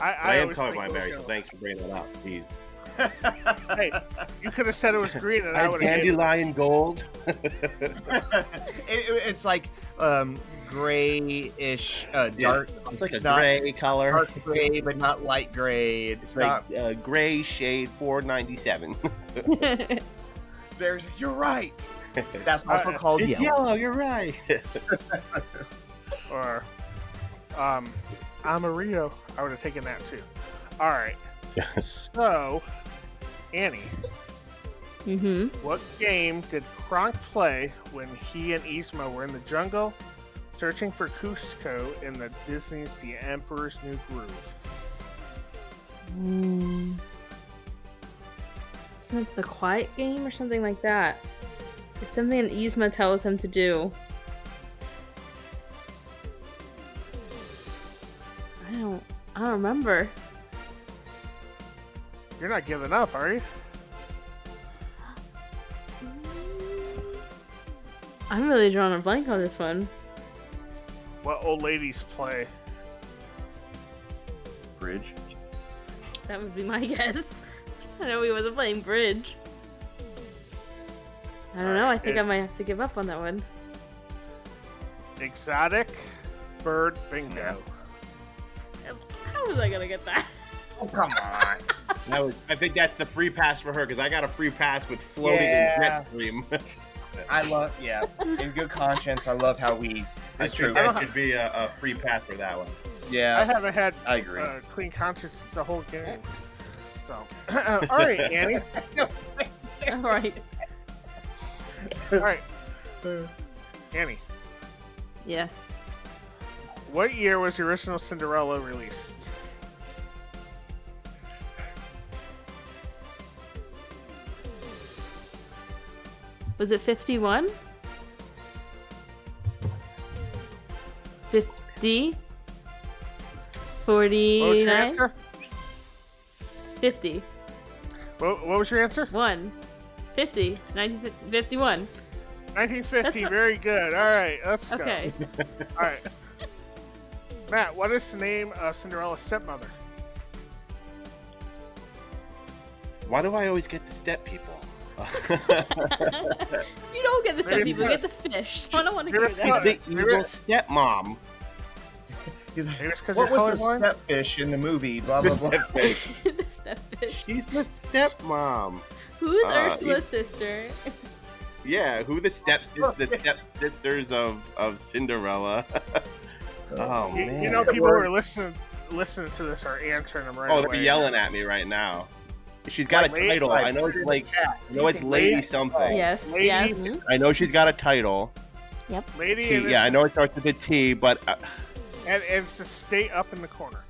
Speaker 1: I,
Speaker 2: But I, am
Speaker 1: always think
Speaker 2: colorblind,
Speaker 1: it was
Speaker 2: Barry. So
Speaker 1: yellow.
Speaker 2: thanks for bringing that up. Jeez.
Speaker 1: You could have said it was green,
Speaker 2: (laughs)
Speaker 1: and I would have.
Speaker 2: dandelion gold.
Speaker 6: It- it- it's like um, grayish, uh,
Speaker 2: Yeah.
Speaker 6: dark.
Speaker 2: It's like a
Speaker 6: not
Speaker 2: gray color.
Speaker 6: dark gray, but not light gray. It's,
Speaker 2: It's
Speaker 6: not.
Speaker 2: like uh, gray shade 497.
Speaker 4: Mm-hmm.
Speaker 6: There's. You're (laughs) right. That's also
Speaker 1: Uh,
Speaker 7: Oh,
Speaker 6: called
Speaker 2: it's
Speaker 6: yellow.
Speaker 2: yellow, you're right.
Speaker 1: Or, um, Amarillo. I would have taken that too. All right. so, Annie,
Speaker 4: Mm-hmm.
Speaker 1: what game did Kronk play when he and Yzma were in the jungle Searching for Cusco in the Disney's The Emperor's New Groove.
Speaker 4: Isn't it Mm. the quiet game or something like that? It's something that Yzma tells him to do. I don't I don't remember.
Speaker 1: You're not giving up, are you?
Speaker 4: I'm really drawing a blank on this one.
Speaker 1: What old ladies play?
Speaker 7: Bridge.
Speaker 4: That would be my (laughs) guess. I know he wasn't playing bridge. I don't know, I think I
Speaker 1: Alright,
Speaker 4: might have to give up on that one.
Speaker 1: Exotic Bird Bingo.
Speaker 4: How was I gonna get that?
Speaker 6: Oh, come on.
Speaker 2: That was, I think that's the free pass for her because I got a free pass with floating
Speaker 6: Yeah.
Speaker 2: and jet stream. (laughs)
Speaker 6: I love, yeah. In good conscience, I love how we.
Speaker 2: I
Speaker 6: That's true.
Speaker 2: think that should be a, a free pass for that one.
Speaker 1: I
Speaker 6: Yeah,
Speaker 1: haven't had
Speaker 7: I agree.
Speaker 1: uh, clean conscience the whole game. So, (clears throat) all right, Annie.
Speaker 4: (laughs) Alright.
Speaker 1: All right, Annie.
Speaker 4: Yes.
Speaker 1: What year was the original Cinderella released?
Speaker 4: Was it 51? 50?
Speaker 1: What was your
Speaker 4: 49?
Speaker 1: answer?
Speaker 4: 50.
Speaker 1: What, what was your answer?
Speaker 4: 1. 50. 1951.
Speaker 1: 1950.
Speaker 4: That's a-
Speaker 1: Very good. All right, let's go.
Speaker 4: Okay.
Speaker 1: All right. (laughs) Matt, what is the name of Cinderella's stepmother?
Speaker 2: Why do I always get the step people? (laughs)
Speaker 4: you don't get the stuff,
Speaker 1: Very
Speaker 4: people. You
Speaker 1: good.
Speaker 4: get the fish. I don't want to
Speaker 1: Very
Speaker 4: hear
Speaker 2: She's
Speaker 1: good.
Speaker 4: that. (laughs)
Speaker 2: the evil stepmom.
Speaker 6: He's like,
Speaker 1: Maybe it's because
Speaker 6: what
Speaker 1: you're
Speaker 6: was the
Speaker 1: colorblind.
Speaker 6: step fish in the movie? Blah blah blah.
Speaker 4: the step fish.
Speaker 2: She's the stepmom.
Speaker 4: Who's
Speaker 2: Uh,
Speaker 4: Ursula's sister?
Speaker 2: Yeah, who the steps the step sisters of of Cinderella? (laughs) oh
Speaker 1: You,
Speaker 2: man!
Speaker 1: you know, people who are listening listening to this are answering them right
Speaker 2: oh,
Speaker 1: away.
Speaker 2: they're yelling at me right now. She's
Speaker 1: Like
Speaker 2: got a
Speaker 1: lady-
Speaker 2: title.
Speaker 6: like
Speaker 2: I know
Speaker 6: lady
Speaker 2: it's like
Speaker 6: cat.
Speaker 2: I know it's lady
Speaker 1: lady-
Speaker 2: something.
Speaker 4: Yes.
Speaker 1: Lady-
Speaker 4: Yes.
Speaker 2: I know she's got a title.
Speaker 1: Lady,
Speaker 2: T-
Speaker 1: and,
Speaker 2: yeah, I
Speaker 1: it's,
Speaker 2: know it starts with a T, but uh,
Speaker 1: and, and it's the state up in the corner.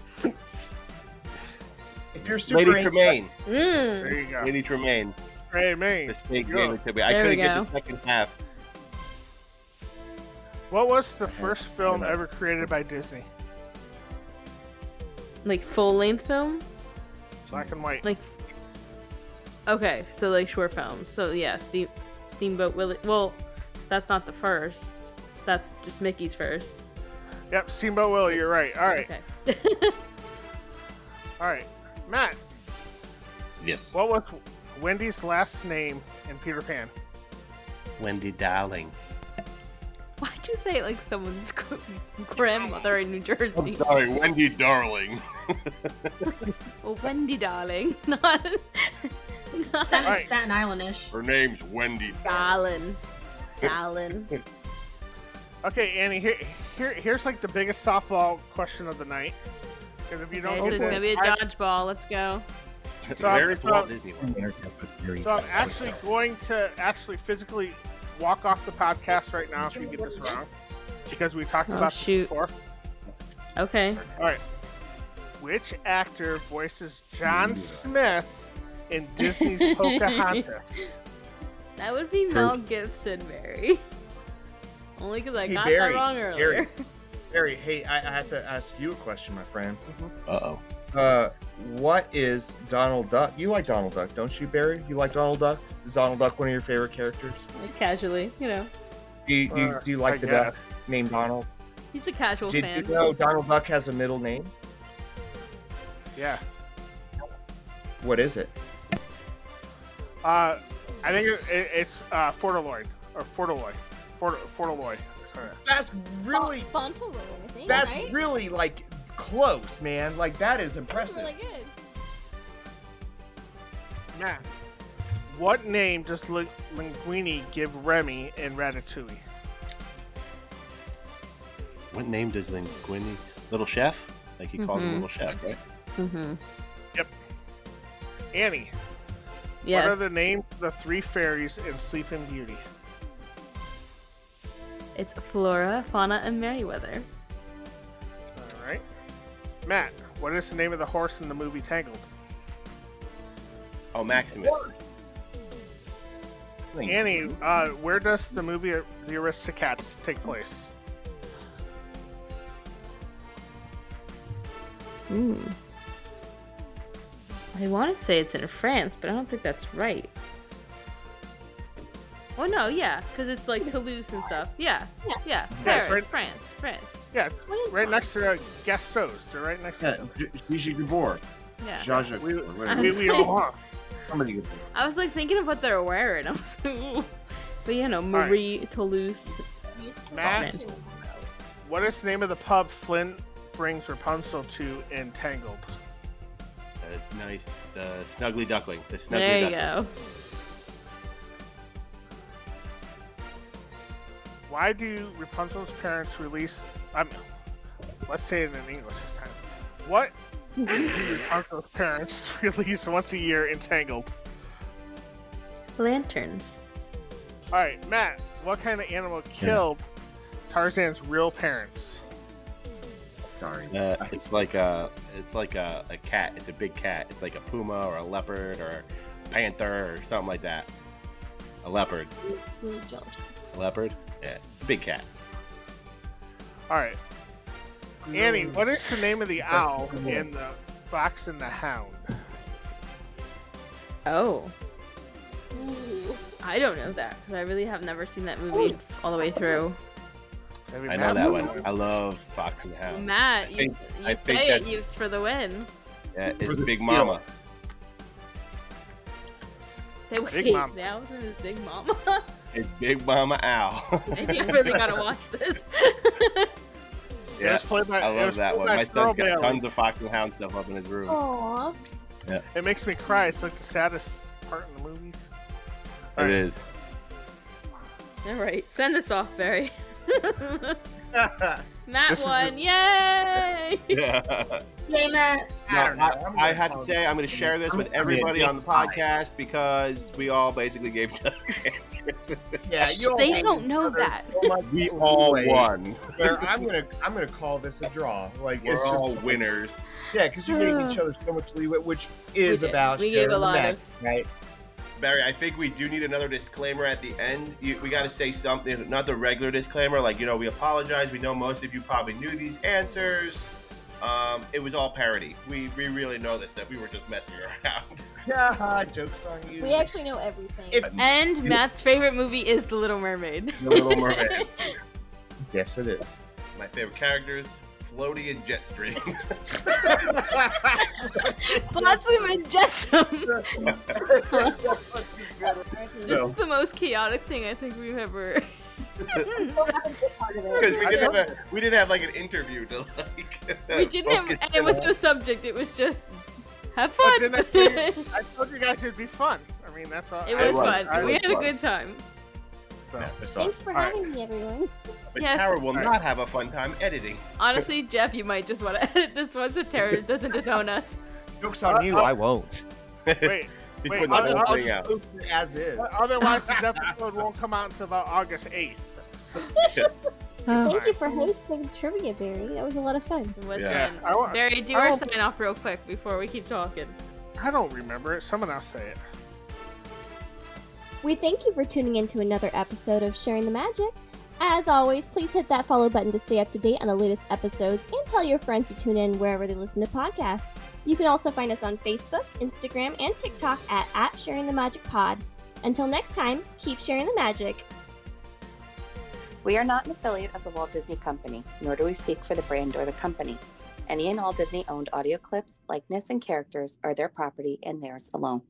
Speaker 6: If you're super
Speaker 2: Lady
Speaker 6: into-
Speaker 2: Tremaine,
Speaker 4: Mm.
Speaker 1: There you go.
Speaker 2: Lady Tremaine,
Speaker 1: Hey, man.
Speaker 2: the snake
Speaker 1: Yeah.
Speaker 2: gave it to me. I
Speaker 4: There we
Speaker 2: couldn't get the
Speaker 4: go.
Speaker 2: second half.
Speaker 1: What was the first film
Speaker 7: know.
Speaker 1: ever created by Disney?
Speaker 4: Like full length film?
Speaker 1: Black and white.
Speaker 4: Like. Okay, so like short film. So yeah, Steam, Steamboat Willie. Well, that's not the first. That's just Mickey's first.
Speaker 1: Yep, Steamboat Willie. You're right. All right,
Speaker 4: Okay. (laughs)
Speaker 1: all right. Matt,
Speaker 2: Yes,
Speaker 1: what was Wendy's last name in Peter Pan?
Speaker 2: Wendy Darling.
Speaker 4: Why'd you say it like someone's gr- grandmother in New Jersey?
Speaker 2: sorry, Wendy (laughs) Darling.
Speaker 4: Well, Wendy, darling, (laughs) not, not
Speaker 3: Sounded
Speaker 1: Alright.
Speaker 3: Staten Islandish.
Speaker 2: Her name's Wendy.
Speaker 4: darling, darling.
Speaker 6: (laughs)
Speaker 1: Okay, Annie. Here, here, here's like the biggest softball question of the night. 'Cause if you don't
Speaker 4: Okay, so
Speaker 1: get
Speaker 4: it's
Speaker 1: this-
Speaker 4: gonna be a dodgeball. Let's go.
Speaker 2: Where is
Speaker 1: so-
Speaker 2: Walt Disney World?
Speaker 1: So I'm actually going to actually physically walk off the podcast right now if you get this wrong, because we talked
Speaker 4: Oh,
Speaker 1: about
Speaker 4: shoot.
Speaker 1: this before.
Speaker 4: Okay.
Speaker 1: All right. Which actor voices John Smith in Disney's
Speaker 4: (laughs)
Speaker 1: Pocahontas?
Speaker 4: That would be Mel Gibson, Mary. Only because I
Speaker 7: Hey,
Speaker 4: got
Speaker 7: Barry.
Speaker 4: that wrong earlier. (laughs)
Speaker 7: Barry. Barry, hey, I, I have to ask you a question, my friend.
Speaker 2: Uh oh.
Speaker 7: Uh, what is Donald Duck? You like Donald Duck, don't you, Barry? You like Donald Duck? Is Donald Duck one of your favorite characters?
Speaker 4: Like, casually, you know.
Speaker 7: Do you, do
Speaker 6: Uh,
Speaker 7: you, do you like
Speaker 1: I
Speaker 7: the
Speaker 1: guess.
Speaker 7: duck named Donald?
Speaker 4: He's a casual
Speaker 7: Did
Speaker 4: fan.
Speaker 7: you know Donald Duck has a middle name?
Speaker 1: Yeah.
Speaker 7: What is it?
Speaker 1: Uh, I think it, it, it's uh, Fortaloy or Fortaloy, Fort, Fortaloy. Sorry.
Speaker 6: That's really,
Speaker 5: Fauntleroy, I think.
Speaker 6: that's
Speaker 5: right?
Speaker 6: really like close, man. Like that is
Speaker 5: That's
Speaker 6: impressive.
Speaker 5: really good.
Speaker 1: Matt, what name does Lin- Linguini give Remy in Ratatouille?
Speaker 2: What name does Linguini? Little Chef? Like he calls
Speaker 4: Mhm.
Speaker 2: him Little Chef, right?
Speaker 4: Mm-hmm.
Speaker 1: Annie,
Speaker 4: Yes.
Speaker 1: what are the names of the three fairies in Sleeping Beauty?
Speaker 4: It's Flora, Fauna, and Merryweather.
Speaker 1: All right. Matt, what is the name of the horse in the movie Tangled?
Speaker 2: Oh, Maximus.
Speaker 1: Annie,
Speaker 4: Mm-hmm.
Speaker 1: uh, where does the movie The Aristocats take place?
Speaker 4: Mm. I want to say it's in France, but I don't think that's right. Oh no, yeah, because it's like Toulouse and stuff. Yeah, yeah, Paris,
Speaker 1: right-
Speaker 4: France, France.
Speaker 1: Yeah,
Speaker 4: What is
Speaker 1: right next to uh, Gastos. They're right next to each
Speaker 7: Yeah,
Speaker 1: other.
Speaker 7: Gigi Gabor.
Speaker 4: Yeah.
Speaker 7: Zsa Zsa
Speaker 1: We-
Speaker 7: Gabor,
Speaker 4: I'm
Speaker 7: whatever.
Speaker 1: We, we
Speaker 4: sorry.
Speaker 1: all,
Speaker 4: (laughs)
Speaker 1: huh?
Speaker 7: Somebody Gabor.
Speaker 4: I was like thinking of what they're wearing. (laughs) I was like, ooh. but you know,
Speaker 1: right.
Speaker 4: Marie Toulouse.
Speaker 1: Matt,
Speaker 4: France.
Speaker 1: what is the name of the pub Flynn brings Rapunzel to in Tangled?
Speaker 2: Uh, nice. The Snuggly Duckling. The Snuggly
Speaker 4: There you
Speaker 2: Duckling.
Speaker 4: go.
Speaker 1: Why do Rapunzel's parents release? I'm. Let's say it in English this time. What
Speaker 2: (laughs)
Speaker 1: do Rapunzel's parents (laughs) release once a year in Tangled?
Speaker 4: Lanterns.
Speaker 1: All right, Matt. What kind of animal
Speaker 2: Hmm.
Speaker 1: killed Tarzan's real parents?
Speaker 7: Sorry.
Speaker 2: Uh, it's like a, it's like a, a cat. It's a big cat. It's like a puma or a leopard or a panther or something like that. A leopard. A leopard. Yeah, it's a big cat.
Speaker 1: All right, Annie.
Speaker 2: Hmm.
Speaker 1: What is the name of the owl in the Fox and the Hound?
Speaker 4: Oh. I don't know that because I really have never seen that movie all the way through.
Speaker 1: Maybe
Speaker 2: I know
Speaker 1: Matt
Speaker 2: that
Speaker 1: would
Speaker 2: one. I love Fox and the Hound.
Speaker 4: Matt, you,
Speaker 2: think-
Speaker 4: s-
Speaker 2: I
Speaker 4: you
Speaker 2: think
Speaker 4: say
Speaker 2: that-
Speaker 4: it, you for the win.
Speaker 2: Yeah, it's Big Mama.
Speaker 4: They wait,
Speaker 1: Big Mama.
Speaker 4: now it's in his Big Mama. (laughs)
Speaker 2: It's Big Mama Owl. (laughs)
Speaker 4: I think I really gotta watch this.
Speaker 1: It
Speaker 2: yeah,
Speaker 1: was played by.
Speaker 2: I
Speaker 1: it
Speaker 2: love
Speaker 1: was
Speaker 2: that
Speaker 1: played
Speaker 2: one.
Speaker 1: by
Speaker 2: My
Speaker 1: Pearl
Speaker 2: son's got
Speaker 1: Bailey.
Speaker 2: tons of Fox and the Hound stuff up in his room.
Speaker 6: Oh,
Speaker 5: Aww.
Speaker 1: It makes me cry. It's like the saddest part in the movies.
Speaker 2: It is. (laughs)
Speaker 4: All right, send this off, Barry. (laughs) Matt
Speaker 1: This is
Speaker 4: won, yay!
Speaker 3: Yay,
Speaker 2: Now,
Speaker 3: Matt.
Speaker 6: I don't know.
Speaker 2: I-
Speaker 6: I'm
Speaker 2: I,
Speaker 6: gonna
Speaker 2: have to
Speaker 6: call
Speaker 2: say, I'm going to share this
Speaker 6: I'm
Speaker 2: with
Speaker 6: gonna
Speaker 2: everybody
Speaker 6: be
Speaker 2: on the podcast because we all basically gave each other (laughs) answers.
Speaker 6: Yeah, you all
Speaker 4: They
Speaker 6: hate
Speaker 4: don't
Speaker 6: each
Speaker 4: know
Speaker 6: other
Speaker 4: that.
Speaker 6: so much (laughs)
Speaker 2: We
Speaker 6: that
Speaker 2: all
Speaker 6: way
Speaker 2: won.
Speaker 6: where I'm gonna, I'm gonna call this a draw. Like
Speaker 2: We're
Speaker 6: it's just
Speaker 2: all winners.
Speaker 6: yeah, because you're giving
Speaker 4: (sighs)
Speaker 6: each other so much leeway, which is
Speaker 4: did.
Speaker 6: about
Speaker 4: We
Speaker 6: sharing
Speaker 4: gave a
Speaker 6: the
Speaker 4: lot
Speaker 6: Mac,
Speaker 4: of-
Speaker 6: right.
Speaker 2: Barry, I think we do need another disclaimer at the end. You, we got to say something, not the regular disclaimer. Like, you know, we apologize. We know most of you probably knew these answers. Um, it was all parody. We, we really know this stuff. We were just messing around. (laughs)
Speaker 6: Yeah, (laughs) jokes on you.
Speaker 5: We actually know everything.
Speaker 6: If-
Speaker 4: And Matt's favorite movie is The Little Mermaid. (laughs)
Speaker 2: the Little Mermaid.
Speaker 6: yes, it is. (laughs)
Speaker 2: My (laughs) favorite characters, Floaty and Jetstream.
Speaker 4: Flotsam and Jetsam. This
Speaker 6: So-
Speaker 4: is the most chaotic thing I think we've ever. (laughs)
Speaker 5: Hmm. part of it.
Speaker 2: Because we didn't have a, we didn't have like an interview to like.
Speaker 4: We didn't have,
Speaker 2: (laughs) focus
Speaker 4: and it was no subject. It was just have
Speaker 1: But
Speaker 4: fun.
Speaker 1: then I
Speaker 4: (laughs) it
Speaker 1: figured- I told you guys it'd be fun. I mean, that's all. I-
Speaker 4: was
Speaker 2: was-
Speaker 4: fun.
Speaker 2: it
Speaker 4: we
Speaker 2: was
Speaker 4: had a
Speaker 2: fun.
Speaker 4: good time.
Speaker 1: so.
Speaker 5: Thanks for
Speaker 1: All right.
Speaker 5: having me, everyone.
Speaker 2: But
Speaker 4: Yes.
Speaker 2: Tara will not have a fun time editing. (laughs)
Speaker 4: Honestly, Jeff, you might just want to (laughs) edit this one so Tara doesn't disown us.
Speaker 6: Jokes on you. I won't.
Speaker 1: Wait.
Speaker 2: He's
Speaker 1: Wait,
Speaker 2: putting the
Speaker 1: I'll-
Speaker 2: whole
Speaker 1: I'll
Speaker 2: thing out.
Speaker 6: As is.
Speaker 1: Otherwise, this episode won't come out until about August 8th. So, Oh.
Speaker 5: Thank you for hosting trivia, Barry. That was a lot of fun.
Speaker 4: It was
Speaker 2: Yeah.
Speaker 4: fun.
Speaker 1: I, won't-
Speaker 4: Barry, do
Speaker 1: I
Speaker 4: our
Speaker 1: won't-
Speaker 4: sign off real quick before we keep talking.
Speaker 1: I don't remember it. Someone else say it.
Speaker 5: We thank you for tuning in to another episode of Sharing the Magic. As always, please hit that follow button to stay up to date on the latest episodes and tell your friends to tune in wherever they listen to podcasts. You can also find us on Facebook, Instagram, and TikTok at, at Sharing the Magic Pod. Until next time, keep sharing the magic.
Speaker 9: We are not an affiliate of the Walt Disney Company, nor do we speak for the brand or the company. Any and all Disney owned audio clips, likeness, and characters are their property and theirs alone.